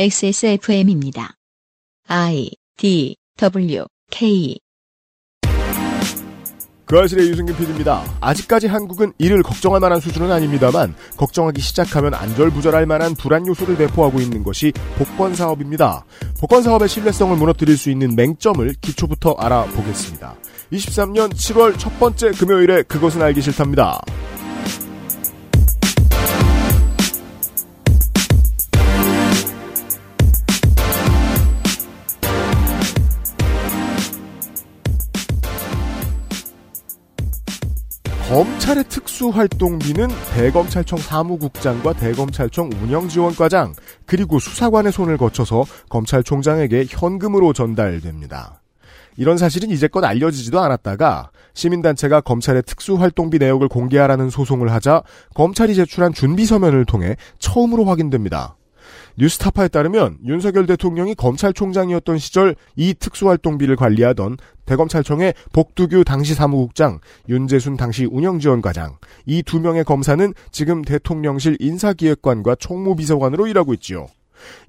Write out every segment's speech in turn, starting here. XSFM입니다. I D W K 그 아실의 유승균 PD입니다. 아직까지 한국은 이를 걱정할 만한 수준은 아닙니다만 걱정하기 시작하면 안절부절할 만한 불안 요소를 배포하고 있는 것이 복권 사업입니다. 복권 사업의 신뢰성을 무너뜨릴 수 있는 맹점을 기초부터 알아보겠습니다. 23년 7월 첫 번째 금요일에 그것은 알기 싫답니다. 검찰의 특수활동비는 대검찰청 사무국장과 대검찰청 운영지원과장 그리고 수사관의 손을 거쳐서 검찰총장에게 현금으로 전달됩니다. 이런 사실은 이제껏 알려지지도 않았다가 시민단체가 검찰의 특수활동비 내역을 공개하라는 소송을 하자 검찰이 제출한 준비 서면을 통해 처음으로 확인됩니다. 뉴스타파에 따르면 윤석열 대통령이 검찰총장이었던 시절 이 특수활동비를 관리하던 대검찰청의 복두규 당시 사무국장, 윤재순 당시 운영지원과장, 이 두 명의 검사는 지금 대통령실 인사기획관과 총무비서관으로 일하고 있지요.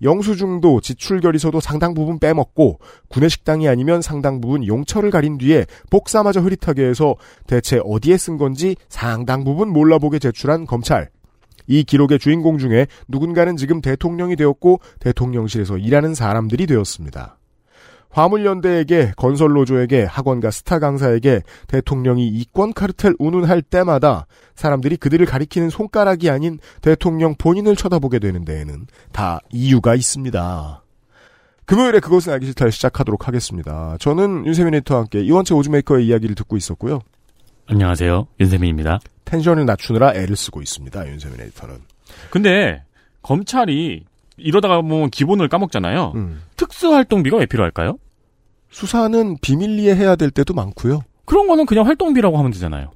영수증도 지출결의서도 상당 부분 빼먹고 구내식당이 아니면 상당 부분 용처를 가린 뒤에 복사마저 흐릿하게 해서 대체 어디에 쓴 건지 상당 부분 몰라보게 제출한 검찰. 이 기록의 주인공 중에 누군가는 지금 대통령이 되었고 대통령실에서 일하는 사람들이 되었습니다. 화물연대에게 건설노조에게 학원과 스타 강사에게 대통령이 이권 카르텔 운운할 때마다 사람들이 그들을 가리키는 손가락이 아닌 대통령 본인을 쳐다보게 되는 데에는 다 이유가 있습니다. 금요일에 그것은 알기 싫다를 시작하도록 하겠습니다. 저는 윤세민 에디터와 함께 이원채 오즈메이커의 이야기를 듣고 있었고요. 안녕하세요. 윤세민입니다. 텐션을 낮추느라 애를 쓰고 있습니다. 윤세민 에디터는. 근데 검찰이 이러다가 뭐 기본을 까먹잖아요. 음. 특수활동비가 왜 필요할까요? 수사는 비밀리에 해야 될 때도 많고요. 그런 거는 그냥 활동비라고 하면 되잖아요.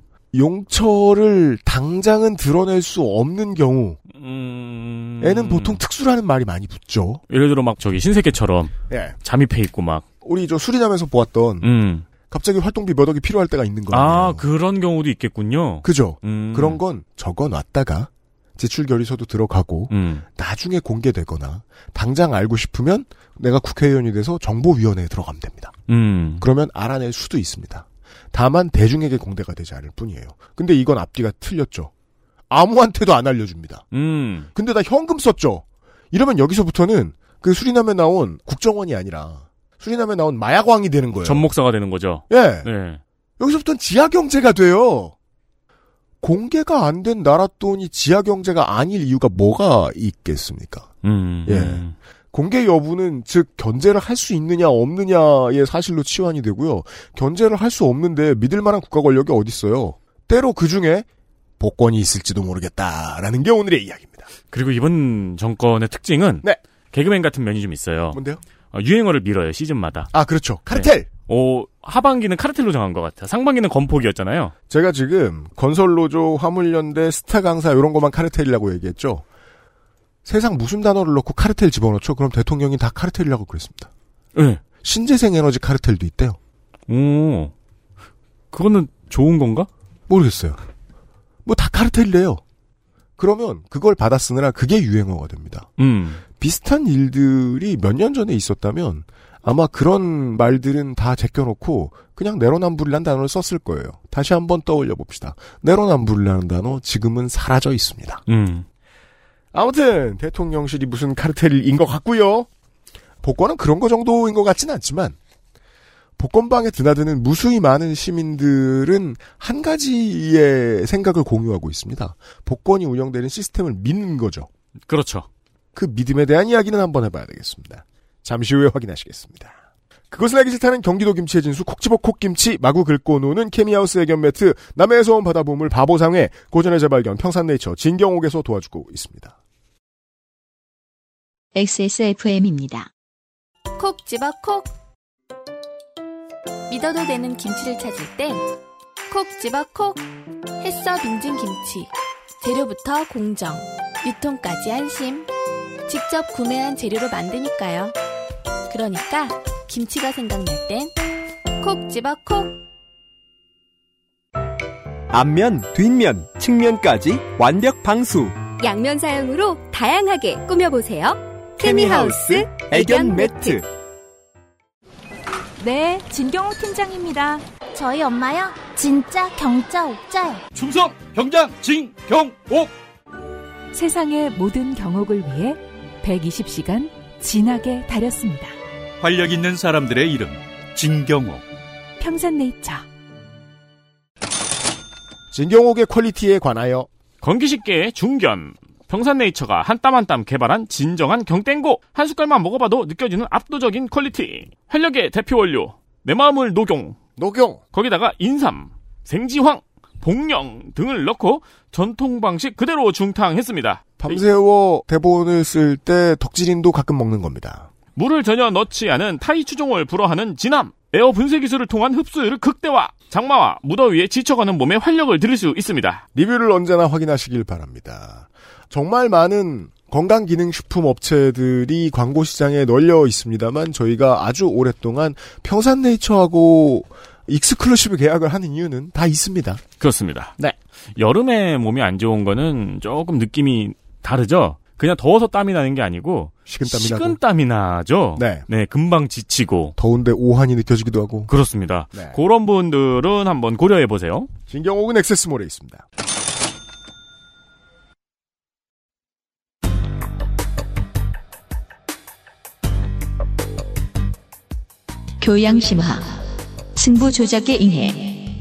용처를 당장은 드러낼 수 없는 경우 음... 애는 보통 특수라는 말이 많이 붙죠. 예를 들어 막 저기 신세계처럼 예. 잠입해 있고 막 우리 저 수리남에서 보았던 음. 갑자기 활동비 몇 억이 필요할 때가 있는 거예요. 아, 그런 경우도 있겠군요. 그죠? 음. 그런 건 적어 놨다가 제출 결의서도 들어가고 음. 나중에 공개되거나 당장 알고 싶으면 내가 국회의원이 돼서 정보위원회에 들어가면 됩니다. 음. 그러면 알아낼 수도 있습니다. 다만 대중에게 공개가 되지 않을 뿐이에요. 근데 이건 앞뒤가 틀렸죠. 아무한테도 안 알려줍니다. 음. 근데 나 현금 썼죠. 이러면 여기서부터는 그 수리남에 나온 국정원이 아니라 수리남에 나온 마약왕이 되는 거예요. 전목사가 되는 거죠. 예. 네. 여기서부터는 지하 경제가 돼요. 공개가 안 된 나라 돈이 지하 경제가 아닐 이유가 뭐가 있겠습니까? 음. 예. 음. 공개 여부는 즉 견제를 할 수 있느냐 없느냐의 사실로 치환이 되고요. 견제를 할 수 없는데 믿을 만한 국가 권력이 어디 있어요? 때로 그 중에 복권이 있을지도 모르겠다라는 게 오늘의 이야기입니다. 그리고 이번 정권의 특징은 네. 뭐- 개그맨 같은 면이 좀 있어요. 뭔데요? 어, 유행어를 밀어요 시즌마다. 아 그렇죠. 카르텔. 오, 어, 하반기는 카르텔로 정한 것 같아. 상반기는 건폭이었잖아요. 제가 지금 건설노조, 화물연대, 스타 강사 이런 것만 카르텔이라고 얘기했죠. 세상 무슨 단어를 넣고 카르텔 집어넣죠? 그럼 대통령이 다 카르텔이라고 그랬습니다. 예. 신재생 에너지 카르텔도 있대요. 오. 그거는 좋은 건가? 모르겠어요. 뭐 다 카르텔이래요. 그러면 그걸 받아 쓰느라 그게 유행어가 됩니다. 음. 비슷한 일들이 몇 년 전에 있었다면 아마 그런 말들은 다 제껴놓고 그냥 내로남불이란 단어를 썼을 거예요. 다시 한번 떠올려 봅시다. 내로남불이라는 단어 지금은 사라져 있습니다. 음. 아무튼 대통령실이 무슨 카르텔인 것 같고요. 복권은 그런 거 정도인 것 같진 않지만 복권방에 드나드는 무수히 많은 시민들은 한 가지의 생각을 공유하고 있습니다. 복권이 운영되는 시스템을 믿는 거죠. 그렇죠. 그 믿음에 대한 이야기는 한번 해봐야 되겠습니다. 잠시 후에 확인하시겠습니다. 그것은 알기 싫다는 경기도 김치의 진수 콕지버 콕김치 마구 긁고 노는 케미하우스 애견 매트 남해에서 온 바다보물 바보상회 고전의 재발견 평산네이처 진경옥에서 도와주고 있습니다. XSFM입니다. 콕 집어 콕 믿어도 되는 김치를 찾을 땐 콕 집어 콕 햇서 빙진 김치 재료부터 공정 유통까지 안심 직접 구매한 재료로 만드니까요 그러니까 김치가 생각날 땐 콕 집어 콕 앞면, 뒷면, 측면까지 완벽 방수. 양면 사용으로 다양하게 꾸며보세요. 케미하우스 애견 매트 네, 진경호 팀장입니다. 저희 엄마요? 진짜 경자 옥자요. 충성 경장 진경옥 세상의 모든 경옥을 위해 120시간 진하게 다렸습니다. 활력 있는 사람들의 이름 진경옥 평산네이처. 진경옥의 퀄리티에 관하여 건기식계의 중견. 평산네이처가 한 땀 한 땀 개발한 진정한 경땡고. 한 숟갈만 먹어봐도 느껴지는 압도적인 퀄리티. 활력의 대표 원료. 내 마음을 녹용. 녹용 거기다가 인삼, 생지황, 복령 등을 넣고 전통 방식 그대로 중탕했습니다. 밤새워 대본을 쓸 때 덕질인도 가끔 먹는 겁니다. 물을 전혀 넣지 않은 타이 추종을 불허하는 진함. 에어 분쇄 기술을 통한 흡수율을 극대화. 장마와 무더위에 지쳐가는 몸에 활력을 들일 수 있습니다. 리뷰를 언제나 확인하시길 바랍니다. 정말 많은 건강기능식품 업체들이 광고 시장에 널려 있습니다만 저희가 아주 오랫동안 평산네이처하고 익스클루시브 계약을 하는 이유는 다 있습니다. 그렇습니다. 네. 여름에 몸이 안 좋은 거는 조금 느낌이 다르죠. 그냥 더워서 땀이 나는 게 아니고 식은땀이 나고 식은땀이 나죠. 네. 금방 지치고 더운데 오한이 느껴지기도 하고 그렇습니다. 네. 그런 분들은 한번 고려해 보세요. 진경옥은 액세스몰에 있습니다. 교양심화. 승부 조작의 인해.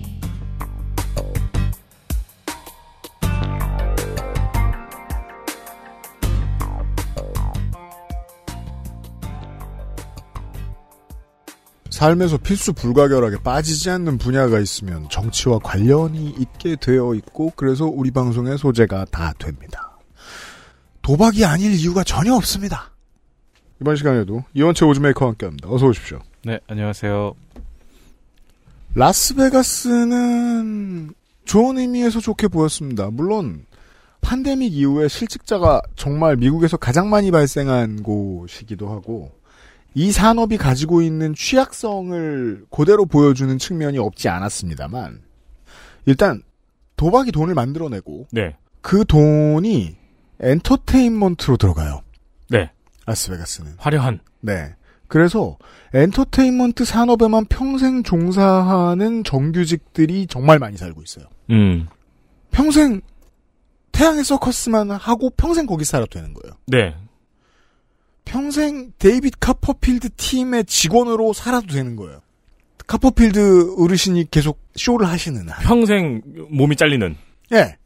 삶에서 필수 불가결하게 빠지지 않는 분야가 있으면 정치와 관련이 있게 되어 있고 그래서 우리 방송의 소재가 다 됩니다. 도박이 아닐 이유가 전혀 없습니다. 이번 시간에도 이원채 오즈메이커와 함께합니다. 어서 오십시오. 네, 안녕하세요. 라스베가스는 좋은 의미에서 좋게 보였습니다. 물론 팬데믹 이후에 실직자가 정말 미국에서 가장 많이 발생한 곳이기도 하고 이 산업이 가지고 있는 취약성을 그대로 보여주는 측면이 없지 않았습니다만 일단 도박이 돈을 만들어내고 네. 그 돈이 엔터테인먼트로 들어가요. 네. 라스베가스는. 화려한 네. 그래서 엔터테인먼트 산업에만 평생 종사하는 정규직들이 정말 많이 살고 있어요. 음. 평생 태양의 서커스만 하고 평생 거기 살아 되는 거예요. 네. 평생 데이빗 카퍼필드 팀의 직원으로 살아도 되는 거예요. 카퍼필드 어르신이 계속 쇼를 하시는 한. 평생 몸이 잘리는. 예.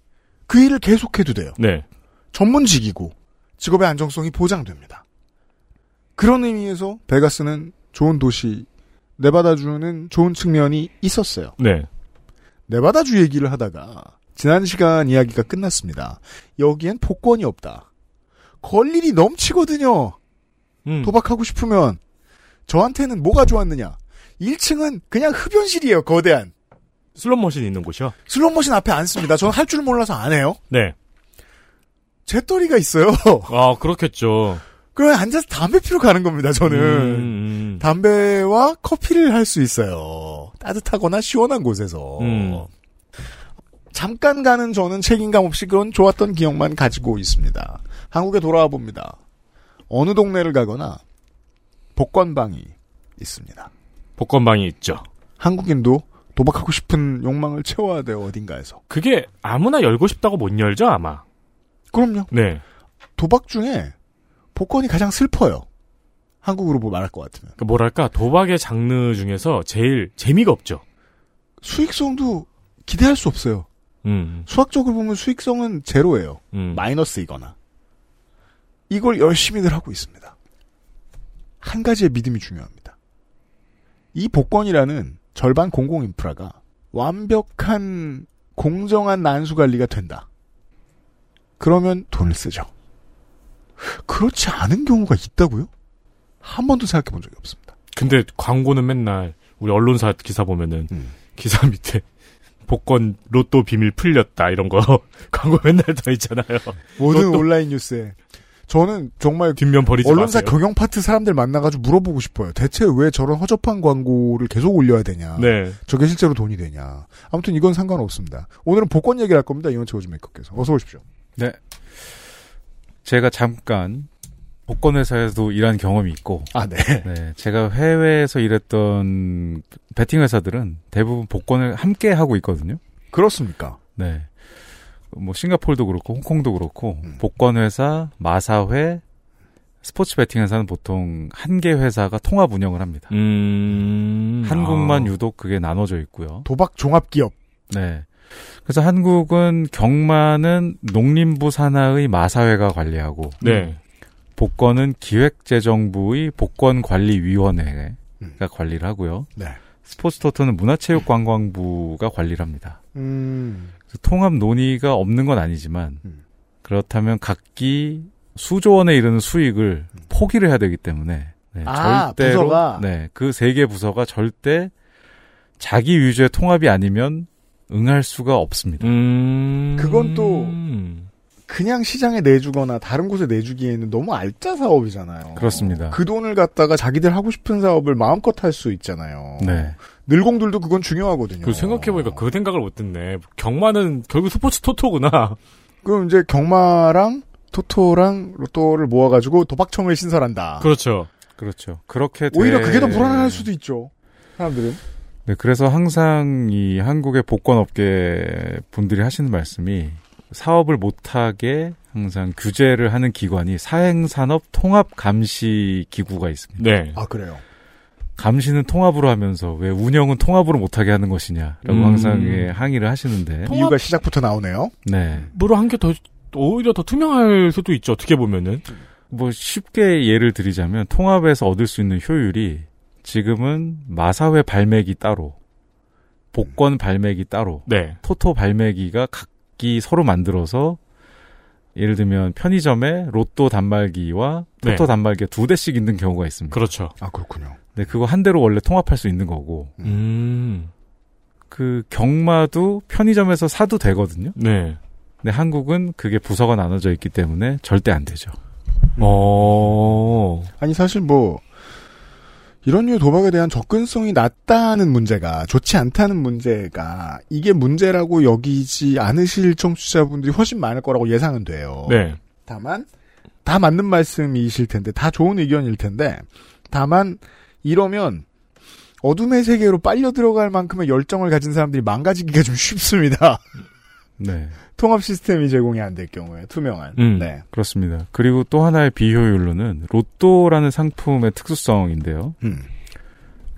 그 일을 계속해도 돼요. 네. 전문직이고 직업의 안정성이 보장됩니다. 그런 의미에서 베가스는 좋은 도시, 네바다주는 좋은 측면이 있었어요. 네. 네바다주 얘기를 하다가 지난 시간 이야기가 끝났습니다. 여기엔 복권이 없다. 걸일이 넘치거든요. 음. 도박하고 싶으면 저한테는 뭐가 좋았느냐? 1층은 그냥 흡연실이에요. 거대한 슬롯 머신 있는 곳이요? 슬롯머신 앞에 앉습니다. 저는 할 줄 몰라서 안 해요. 네. 재떨이가 있어요. 아, 그렇겠죠. 그러면 앉아서 담배 피러 가는 겁니다. 저는 음, 음. 담배와 커피를 할 수 있어요. 따뜻하거나 시원한 곳에서. 음. 잠깐 가는 저는 책임감 없이 그런 좋았던 기억만 가지고 있습니다. 한국에 돌아와 봅니다. 어느 동네를 가거나 복권방이 있습니다. 복권방이 있죠. 한국인도 도박하고 싶은 욕망을 채워야 돼요, 어딘가에서. 그게 아무나 열고 싶다고 못 열죠, 아마. 그럼요. 네. 도박 중에 복권이 가장 슬퍼요. 한국으로 뭐 말할 것 같으면. 그러니까 그 뭐랄까, 도박의 장르 중에서 제일 재미가 없죠. 수익성도 기대할 수 없어요. 음, 수학적으로 보면 수익성은 제로예요. 음. 마이너스이거나 이걸 열심히들 하고 있습니다. 한 가지의 믿음이 중요합니다. 이 복권이라는 절반 공공 인프라가 완벽한 공정한 난수 관리가 된다. 그러면 돈을 쓰죠. 그렇지 않은 경우가 있다고요? 한 번도 생각해 본 적이 없습니다. 근데 광고는 맨날 우리 언론사 기사 보면은 음. 기사 밑에 복권 로또 비밀 풀렸다 이런 거 광고 맨날 더 있잖아요. 모든 로또. 온라인 뉴스에 저는 정말 뒷면 버리지 언론사 마세요. 경영 파트 사람들 만나가지고 물어보고 싶어요. 대체 왜 저런 허접한 광고를 계속 올려야 되냐? 네. 저게 실제로 돈이 되냐. 아무튼 이건 상관없습니다. 오늘은 복권 얘기를 할 겁니다. 이원채 오즈메이커께서. 어서 오십시오. 제가 잠깐 복권회사에서도 일한 경험이 있고, 아, 네. 네, 제가 해외에서 일했던 베팅회사들은 대부분 복권을 함께 하고 있거든요. 그렇습니까? 네. 뭐 싱가폴도 그렇고 홍콩도 그렇고 음. 복권 회사, 마사회, 스포츠 베팅 회사는 보통 한 개 회사가 통합 운영을 합니다. 음. 아. 한국만 유독 그게 나눠져 있고요. 도박 종합기업. 네. 그래서 한국은 경마는 농림부 산하의 마사회가 관리하고 네. 복권은 기획재정부의 복권관리위원회가 관리를 하고요. 음. 네. 스포츠 토토는 문화체육관광부가 관리를 합니다. 음. 그래서 통합 논의가 없는 건 아니지만 음. 그렇다면 각기 수조 원에 이르는 수익을 포기를 해야 되기 때문에 네, 음. 아, 절대로 부서가? 네, 그 세 개 부서가 절대 자기 위주의 통합이 아니면 응할 수가 없습니다. 음. 그건 또- 그냥 시장에 내주거나 다른 곳에 내주기에는 너무 알짜 사업이잖아요. 그렇습니다. 그 돈을 갖다가 자기들 하고 싶은 사업을 마음껏 할 수 있잖아요. 네. 늘공들도 그건 중요하거든요. 그 생각해보니까 그 생각을 못 듣네. 경마는 결국 스포츠 토토구나. 그럼 이제 경마랑 토토랑 로또를 모아가지고 도박청을 신설한다. 그렇죠. 그렇죠. 그렇게 오히려 돼- 그게 더 불안할 수도 있죠. 사람들은. 네, 그래서 항상 이 한국의 복권업계 분들이 하시는 말씀이 사업을 못하게 항상 규제를 하는 기관이 사행산업통합감시기구가 있습니다. 네. 아 그래요. 감시는 통합으로 하면서 왜 운영은 통합으로 못하게 하는 것이냐라고 음. 항상 예, 항의를 하시는데, 통합- 이유가 시작부터 나오네요. 네. 뭐로 한 게 더, 오히려 더 투명할 수도 있죠. 어떻게 보면은. 뭐 쉽게 예를 드리자면 통합에서 얻을 수 있는 효율이 지금은 마사회 발매기 따로, 복권 발매기 따로, 네. 토토 발매기가 각기 서로 만들어서 예를 들면 편의점에 로또 단말기와 토토 네. 단말기 두 대씩 있는 경우가 있습니다. 그렇죠. 아 그렇군요. 근데 그거 한 대로 원래 통합할 수 있는 거고 음. 그 경마도 편의점에서 사도 되거든요. 네. 근데 한국은 그게 부서가 나눠져 있기 때문에 절대 안 되죠. 음. 어. 아니 사실 뭐 이런 류 도박에 대한 접근성이 낮다는 문제가 좋지 않다는 문제가 이게 문제라고 여기지 않으실 청취자분들이 훨씬 많을 거라고 예상은 돼요. 네. 다만 다 맞는 말씀이실 텐데 다 좋은 의견일 텐데 다만 이러면 어둠의 세계로 빨려 들어갈 만큼의 열정을 가진 사람들이 망가지기가 좀 쉽습니다. 네, 통합 시스템이 제공이 안 될 경우에 투명한. 음. 네. 그렇습니다. 그리고 또 하나의 비효율로는 로또라는 상품의 특수성인데요. 음.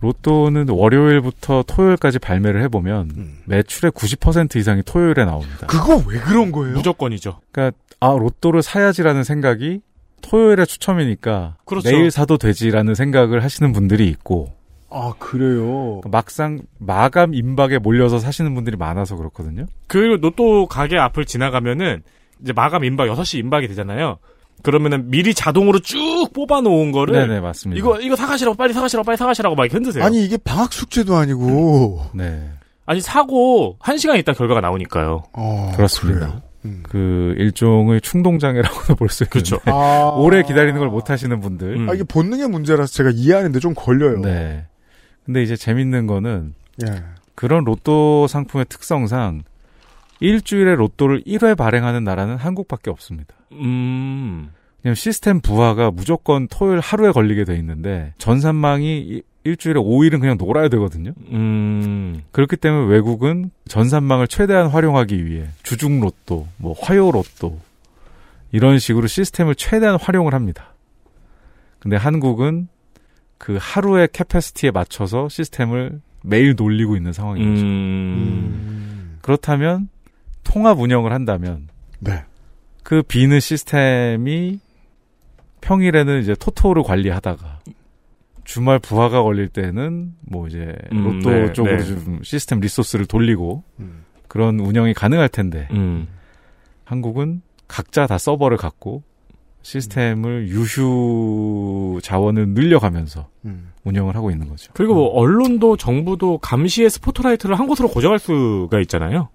로또는 월요일부터 토요일까지 발매를 해보면 음. 매출의 90% 이상이 토요일에 나옵니다. 그거 왜 그런 거예요? 무조건이죠. 그러니까 아 로또를 사야지라는 생각이 토요일에 추첨이니까 그렇죠. 내일 사도 되지라는 생각을 하시는 분들이 있고 그러니까 아 그래요. 막상 마감 임박에 몰려서 사시는 분들이 많아서 그렇거든요. 그 로또 가게 앞을 지나가면은 이제 마감 임박 6시 임박이 되잖아요. 그러면은 미리 자동으로 쭉 뽑아 놓은 거를 네네 맞습니다. 이거 이거 사가시라고 빨리 사가시라고 빨리 사가시라고 막 이렇게 흔드세요. 아니, 아니 이게 방학 숙제도 아니고. 네 사고 1시간 있다 결과가 나오니까요. 어, 그렇습니다. 그래요. 음. 그 일종의 충동 장애라고도 볼 수 있는. 그렇죠. 아... 네. 오래 기다리는 걸 못 하시는 분들. 음. 아, 이게 본능의 문제라서 제가 이해하는데 좀 걸려요. 네. 근데 이제 재밌는 거는 예. 그런 로또 상품의 특성상 일주일에 로또를 1회 발행하는 나라는 한국밖에 없습니다. 음. 왜냐면 시스템 부하가 무조건 토요일 하루에 걸리게 돼 있는데 전산망이 이- 일주일에 5일은 그냥 놀아야 되거든요. 음. 그렇기 때문에 외국은 전산망을 최대한 활용하기 위해 주중 로또, 뭐 화요 로또 이런 식으로 시스템을 최대한 활용을 합니다. 근데 한국은 그 하루의 캐패시티에 맞춰서 시스템을 매일 놀리고 있는 상황이죠. 음. 음. 음. 그렇다면 통합 운영을 한다면 네. 그 비는 시스템이 평일에는 이제 토토를 관리하다가 주말 부하가 걸릴 때는 뭐 이제 음, 로또 네, 쪽으로 네. 좀 시스템 리소스를 돌리고 음. 그런 운영이 가능할 텐데 음. 한국은 각자 다 서버를 갖고 시스템을 유휴 자원을 늘려가면서 음. 운영을 하고 있는 거죠. 그리고 뭐 언론도 정부도 감시의 스포트라이트를 한 곳으로 고정할 수가 있잖아요.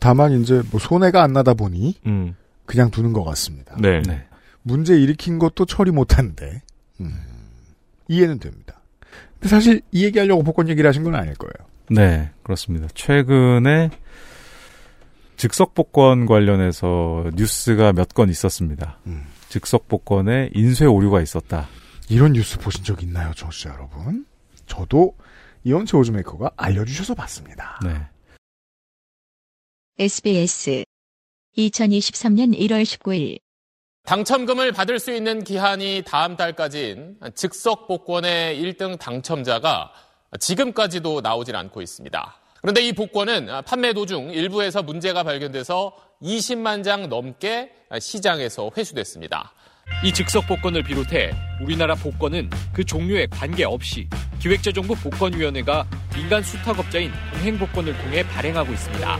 다만 이제 뭐 손해가 안 나다 보니 음. 그냥 두는 것 같습니다. 네. 네. 문제 일으킨 것도 처리 못하는데 음, 이해는 됩니다. 근데 사실 이 얘기하려고 복권 얘기를 하신 건 아닐 거예요. 네, 그렇습니다. 최근에 즉석 복권 관련해서 뉴스가 몇 건 있었습니다. 음. 즉석 복권에 인쇄 오류가 있었다. 이런 뉴스 보신 적 있나요, 정치자 여러분? 저도 이현채 오즈메이커가 알려주셔서 봤습니다. 네. SBS 2023년 1월 19일 당첨금을 받을 수 있는 기한이 다음 달까지인 즉석 복권의 1등 당첨자가 지금까지도 나오질 않고 있습니다. 그런데 이 복권은 판매 도중 일부에서 문제가 발견돼서 20만 장 넘게 시장에서 회수됐습니다. 이 즉석 복권을 비롯해 우리나라 복권은 그 종류에 관계없이 기획재정부 복권위원회가 민간 수탁업자인 동행복권을 통해 발행하고 있습니다.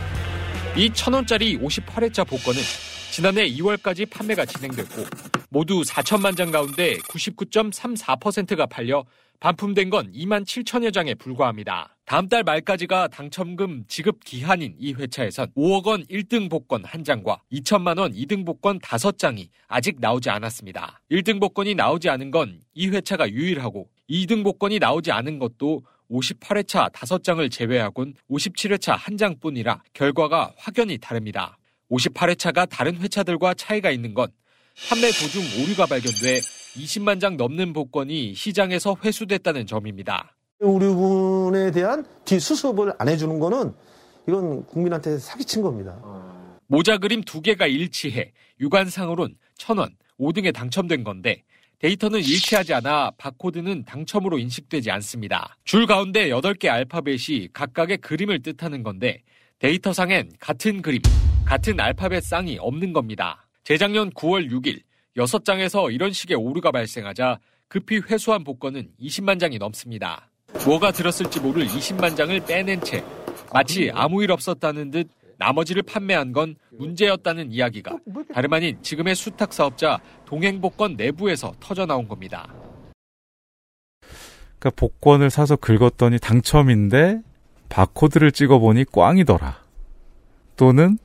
이 천원짜리 58회차 복권은 지난해 2월까지 판매가 진행됐고 모두 4천만 장 가운데 99.34%가 팔려 반품된 건 2만 7천여 장에 불과합니다. 다음 달 말까지가 당첨금 지급 기한인 이 회차에선 5억 원 1등 복권 1장과 2천만 원 2등 복권 5장이 아직 나오지 않았습니다. 1등 복권이 나오지 않은 건 이 회차가 유일하고 2등 복권이 나오지 않은 것도 58회차 5장을 제외하곤 57회차 1장뿐이라 결과가 확연히 다릅니다. 58회차가 다른 회차들과 차이가 있는 건 판매 도중 오류가 발견돼 20만 장 넘는 복권이 시장에서 회수됐다는 점입니다. 오류분에 대한 뒤수습을 안 해주는 거는 이건 국민한테 사기친 겁니다. 모자 그림 두 개가 일치해 육안상으론 천원, 5등에 당첨된 건데 데이터는 일치하지 않아 바코드는 당첨으로 인식되지 않습니다. 줄 가운데 8개 알파벳이 각각의 그림을 뜻하는 건데 데이터상엔 같은 그림, 같은 알파벳 쌍이 없는 겁니다. 재작년 9월 6일 6장에서 이런 식의 오류가 발생하자 급히 회수한 복권은 20만 장이 넘습니다. 뭐가 들었을지 모를 20만 장을 빼낸 채 마치 아무 일 없었다는 듯 나머지를 판매한 건 문제였다는 이야기가 다름 아닌 지금의 수탁 사업자 동행복권 내부에서 터져 나온 겁니다. 그러니까 복권을 사서 긁었더니 당첨인데 바코드를 찍어보니 꽝이더라. 또는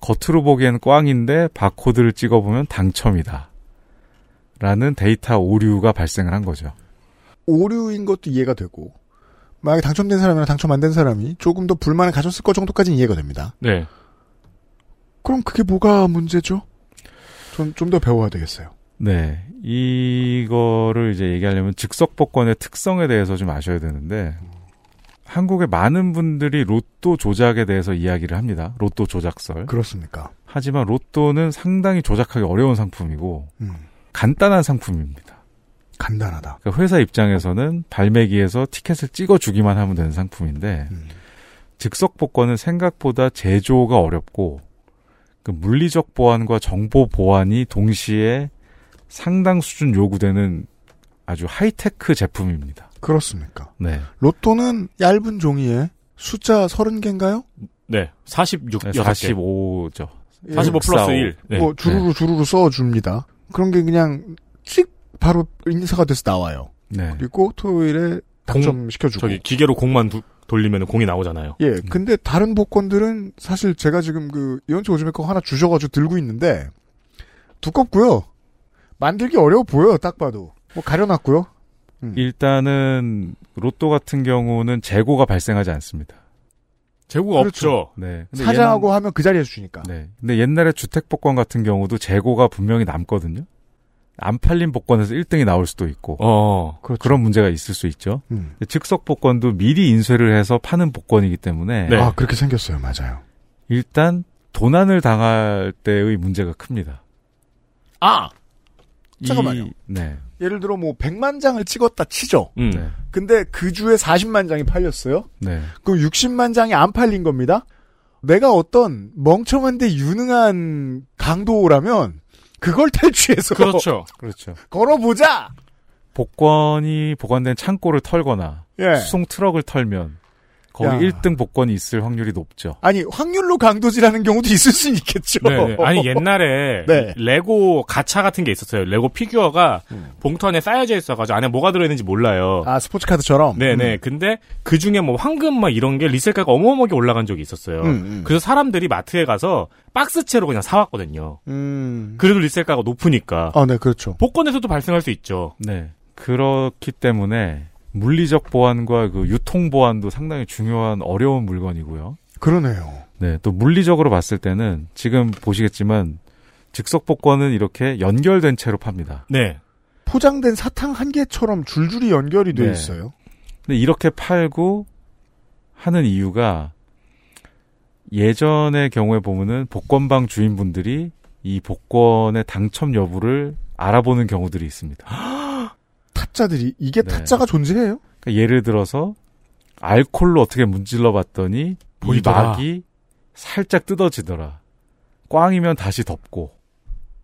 겉으로 보기엔 꽝인데 바코드를 찍어보면 당첨이다. 라는 데이터 오류가 발생을 한 거죠. 오류인 것도 이해가 되고, 만약에 당첨된 사람이나 당첨 안 된 사람이 조금 더 불만을 가졌을 것 정도까지는 이해가 됩니다. 네. 그럼 그게 뭐가 문제죠? 전 좀 더 배워야 되겠어요. 네. 이거를 이제 얘기하려면 즉석 복권의 특성에 대해서 좀 아셔야 되는데, 한국의 많은 분들이 로또 조작에 대해서 이야기를 합니다. 로또 네. 조작설. 그렇습니까? 하지만 로또는 상당히 조작하기 어려운 상품이고 음. 간단한 상품입니다. 간단하다. 그러니까 회사 입장에서는 발매기에서 티켓을 찍어 주기만 하면 되는 상품인데 음. 즉석 복권은 생각보다 제조가 어렵고 그 물리적 보안과 정보 보안이 동시에 상당 수준 요구되는 아주 하이테크 제품입니다. 그렇습니까? 네. 로또는 얇은 종이에 숫자 30개인가요? 네. 46, 네, 45죠. 45 플러스 1. 네. 예. 뭐 주루루 네. 주루루 써줍니다. 그런 게 그냥 찍 바로 인쇄가 돼서 나와요. 네. 그리고 토요일에 당첨시켜주고. 저기 기계로 공만 두, 돌리면 공이 나오잖아요. 예. 음. 근데 다른 복권들은 사실 제가 지금 그 이현철 오즈메 거 하나 주셔가지고 들고 있는데 두껍고요. 만들기 어려워 보여요. 딱 봐도. 뭐 가려놨고요. 음. 일단은 로또 같은 경우는 재고가 발생하지 않습니다. 재고가 그렇죠. 없죠. 네. 사장하고 옛날... 하면 그 자리에 주니까. 네. 근데 옛날에 주택 복권 같은 경우도 재고가 분명히 남거든요. 안 팔린 복권에서 1등이 나올 수도 있고. 어. 그렇죠. 그런 문제가 있을 수 있죠. 음. 즉석 복권도 미리 인쇄를 해서 파는 복권이기 때문에 네. 아, 그렇게 생겼어요. 맞아요. 일단 도난을 당할 때의 문제가 큽니다. 아. 이... 잠깐만요. 네. 예를 들어 뭐 100만 장을 찍었다 치죠. 음. 네. 근데 그 주에 40만 장이 팔렸어요. 네. 그럼 60만 장이 안 팔린 겁니다. 내가 어떤 멍청한데 유능한 강도라면 그걸 탈취해서 그렇죠. 그렇죠. 걸어보자. 복권이 보관된 창고를 털거나 예. 수송 트럭을 털면 거기 야. 1등 복권이 있을 확률이 높죠. 아니, 확률로 강도질하는 경우도 있을 수는 있겠죠. 네네. 아니, 옛날에 네. 레고 가차 같은 게 있었어요. 레고 피규어가 음. 봉투 안에 쌓여져 있어가지고 안에 뭐가 들어있는지 몰라요. 아, 스포츠카드처럼? 네네. 음. 근데 그 중에 뭐 황금 막 이런 게 리셀가가 어마어마하게 올라간 적이 있었어요. 음, 그래서 사람들이 마트에 가서 박스채로 그냥 음. 사왔거든요. 그래도 리셀가가 어. 높으니까. 음. 아, 네, 그렇죠. 복권에서도 발생할 수 있죠. 네. 그렇기 때문에 물리적 보안과 그 유통 보안도 상당히 중요한 어려운 물건이고요. 그러네요. 네, 또 물리적으로 봤을 때는 지금 보시겠지만 즉석 복권은 이렇게 연결된 채로 팝니다. 네. 포장된 사탕 한 개처럼 줄줄이 연결이 돼 네. 있어요. 근데 이렇게 팔고 하는 이유가 예전의 경우에 보면은 복권방 주인분들이 이 복권의 당첨 여부를 알아보는 경우들이 있습니다. 타짜들이 이게 네. 타짜가 존재해요? 그러니까 예를 들어서 알콜로 어떻게 문질러 봤더니 이 보이더라. 막이 살짝 뜯어지더라. 꽝이면 다시 덮고.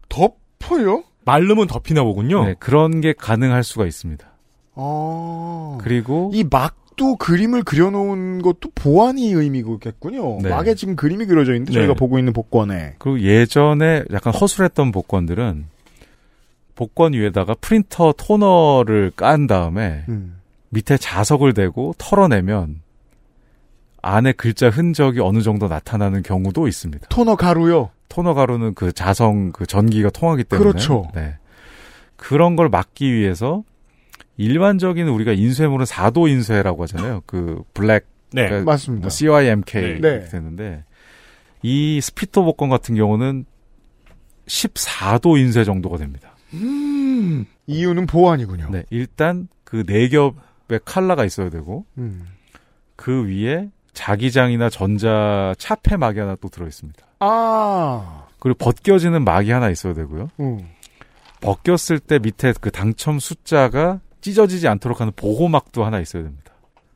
덮어요? 말름은 덮이나 보군요. 어. 네, 그런 게 가능할 수가 있습니다. 어. 그리고 이 막도 그림을 그려놓은 것도 보완이 의미겠군요. 네. 막에 지금 그림이 그려져 있는데 네. 저희가 보고 있는 복권에 그리고 예전에 약간 허술했던 복권들은 복권 위에다가 프린터 토너를 깐 다음에 음. 밑에 자석을 대고 털어내면 안에 글자 흔적이 어느 정도 나타나는 경우도 있습니다. 토너 가루요. 토너 가루는 그 자성 그 전기가 통하기 때문에 그렇죠. 네. 그런 걸 막기 위해서 일반적인 우리가 인쇄물은 4도 인쇄라고 하잖아요. 그 블랙 네, 그러니까 맞습니다. 뭐 CYMK 네. 이렇게 되는데 이 스피터 복권 같은 경우는 14도 인쇄 정도가 됩니다. 음, 이유는 보완이군요. 네, 일단 그 네 겹의 칼라가 있어야 되고 음. 그 위에 자기장이나 전자 차폐 막이 하나 또 들어 있습니다. 아, 그리고 벗겨지는 막이 하나 있어야 되고요. 음. 벗겼을 때 밑에 그 당첨 숫자가 찢어지지 않도록 하는 보호막도 하나 있어야 됩니다.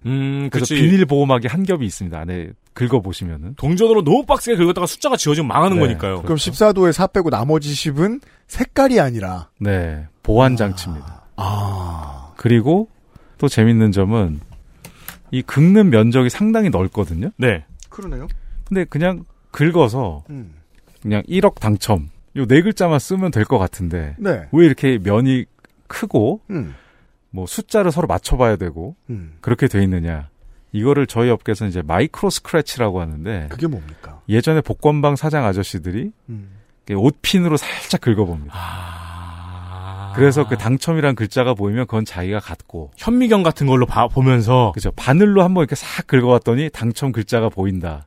음, 그래서 그치. 비닐 보호막이 한 겹이 있습니다. 안에 긁어 보시면은 동전으로 너무 빡세게 긁었다가 숫자가 지워지면 망하는 네, 거니까요. 그럼 14도에 4 빼고 나머지 10은 색깔이 아니라 네 보안 장치입니다. 아, 그리고 또 재밌는 점은 이 긁는 면적이 상당히 넓거든요. 네. 그러네요. 근데 그냥 긁어서 음. 그냥 1억 당첨 요 네 글자만 쓰면 될 것 같은데 네. 왜 이렇게 면이 크고 음. 뭐 숫자를 서로 맞춰봐야 되고 음. 그렇게 돼 있느냐 이거를 저희 업계에서는 이제 마이크로 스크래치라고 하는데 그게 뭡니까? 예전에 복권방 사장 아저씨들이 음. 이렇게 옷핀으로 살짝 아. 긁어봅니다. 그래서 그 당첨이란 글자가 보이면 그건 자기가 갖고 아. 현미경 같은 걸로 봐, 보면서 그죠 바늘로 한번 이렇게 싹 긁어봤더니 당첨 글자가 보인다.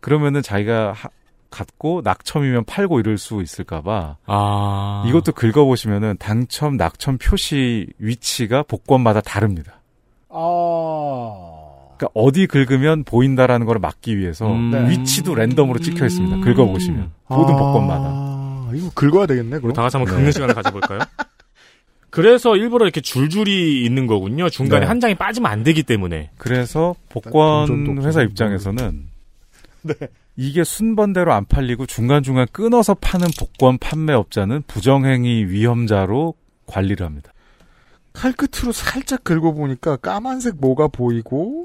그러면은 자기가 하- 갖고 낙첨이면 팔고 이럴 수 있을까봐 아 이것도 긁어보시면은 당첨 낙첨 표시 위치가 복권마다 다릅니다. 아, 그러니까 어디 긁으면 보인다라는 걸 막기 위해서 음, 네. 음. 위치도 랜덤으로 찍혀 있습니다. 긁어보시면 모든 복권마다 아, 이거 긁어야 되겠네. 그럼. 다 같이 한번 긁는 시간을 가져볼까요? 그래서 일부러 이렇게 줄줄이 있는 거군요. 중간에 네. 한 장이 빠지면 안 되기 때문에. 그래서 좀 복권 더 회사 입장에서는 네. 이게 순번대로 안 팔리고 중간중간 끊어서 파는 복권 판매업자는 부정행위 위험자로 관리를 합니다. 칼 끝으로 살짝 긁어보니까 까만색 뭐가 보이고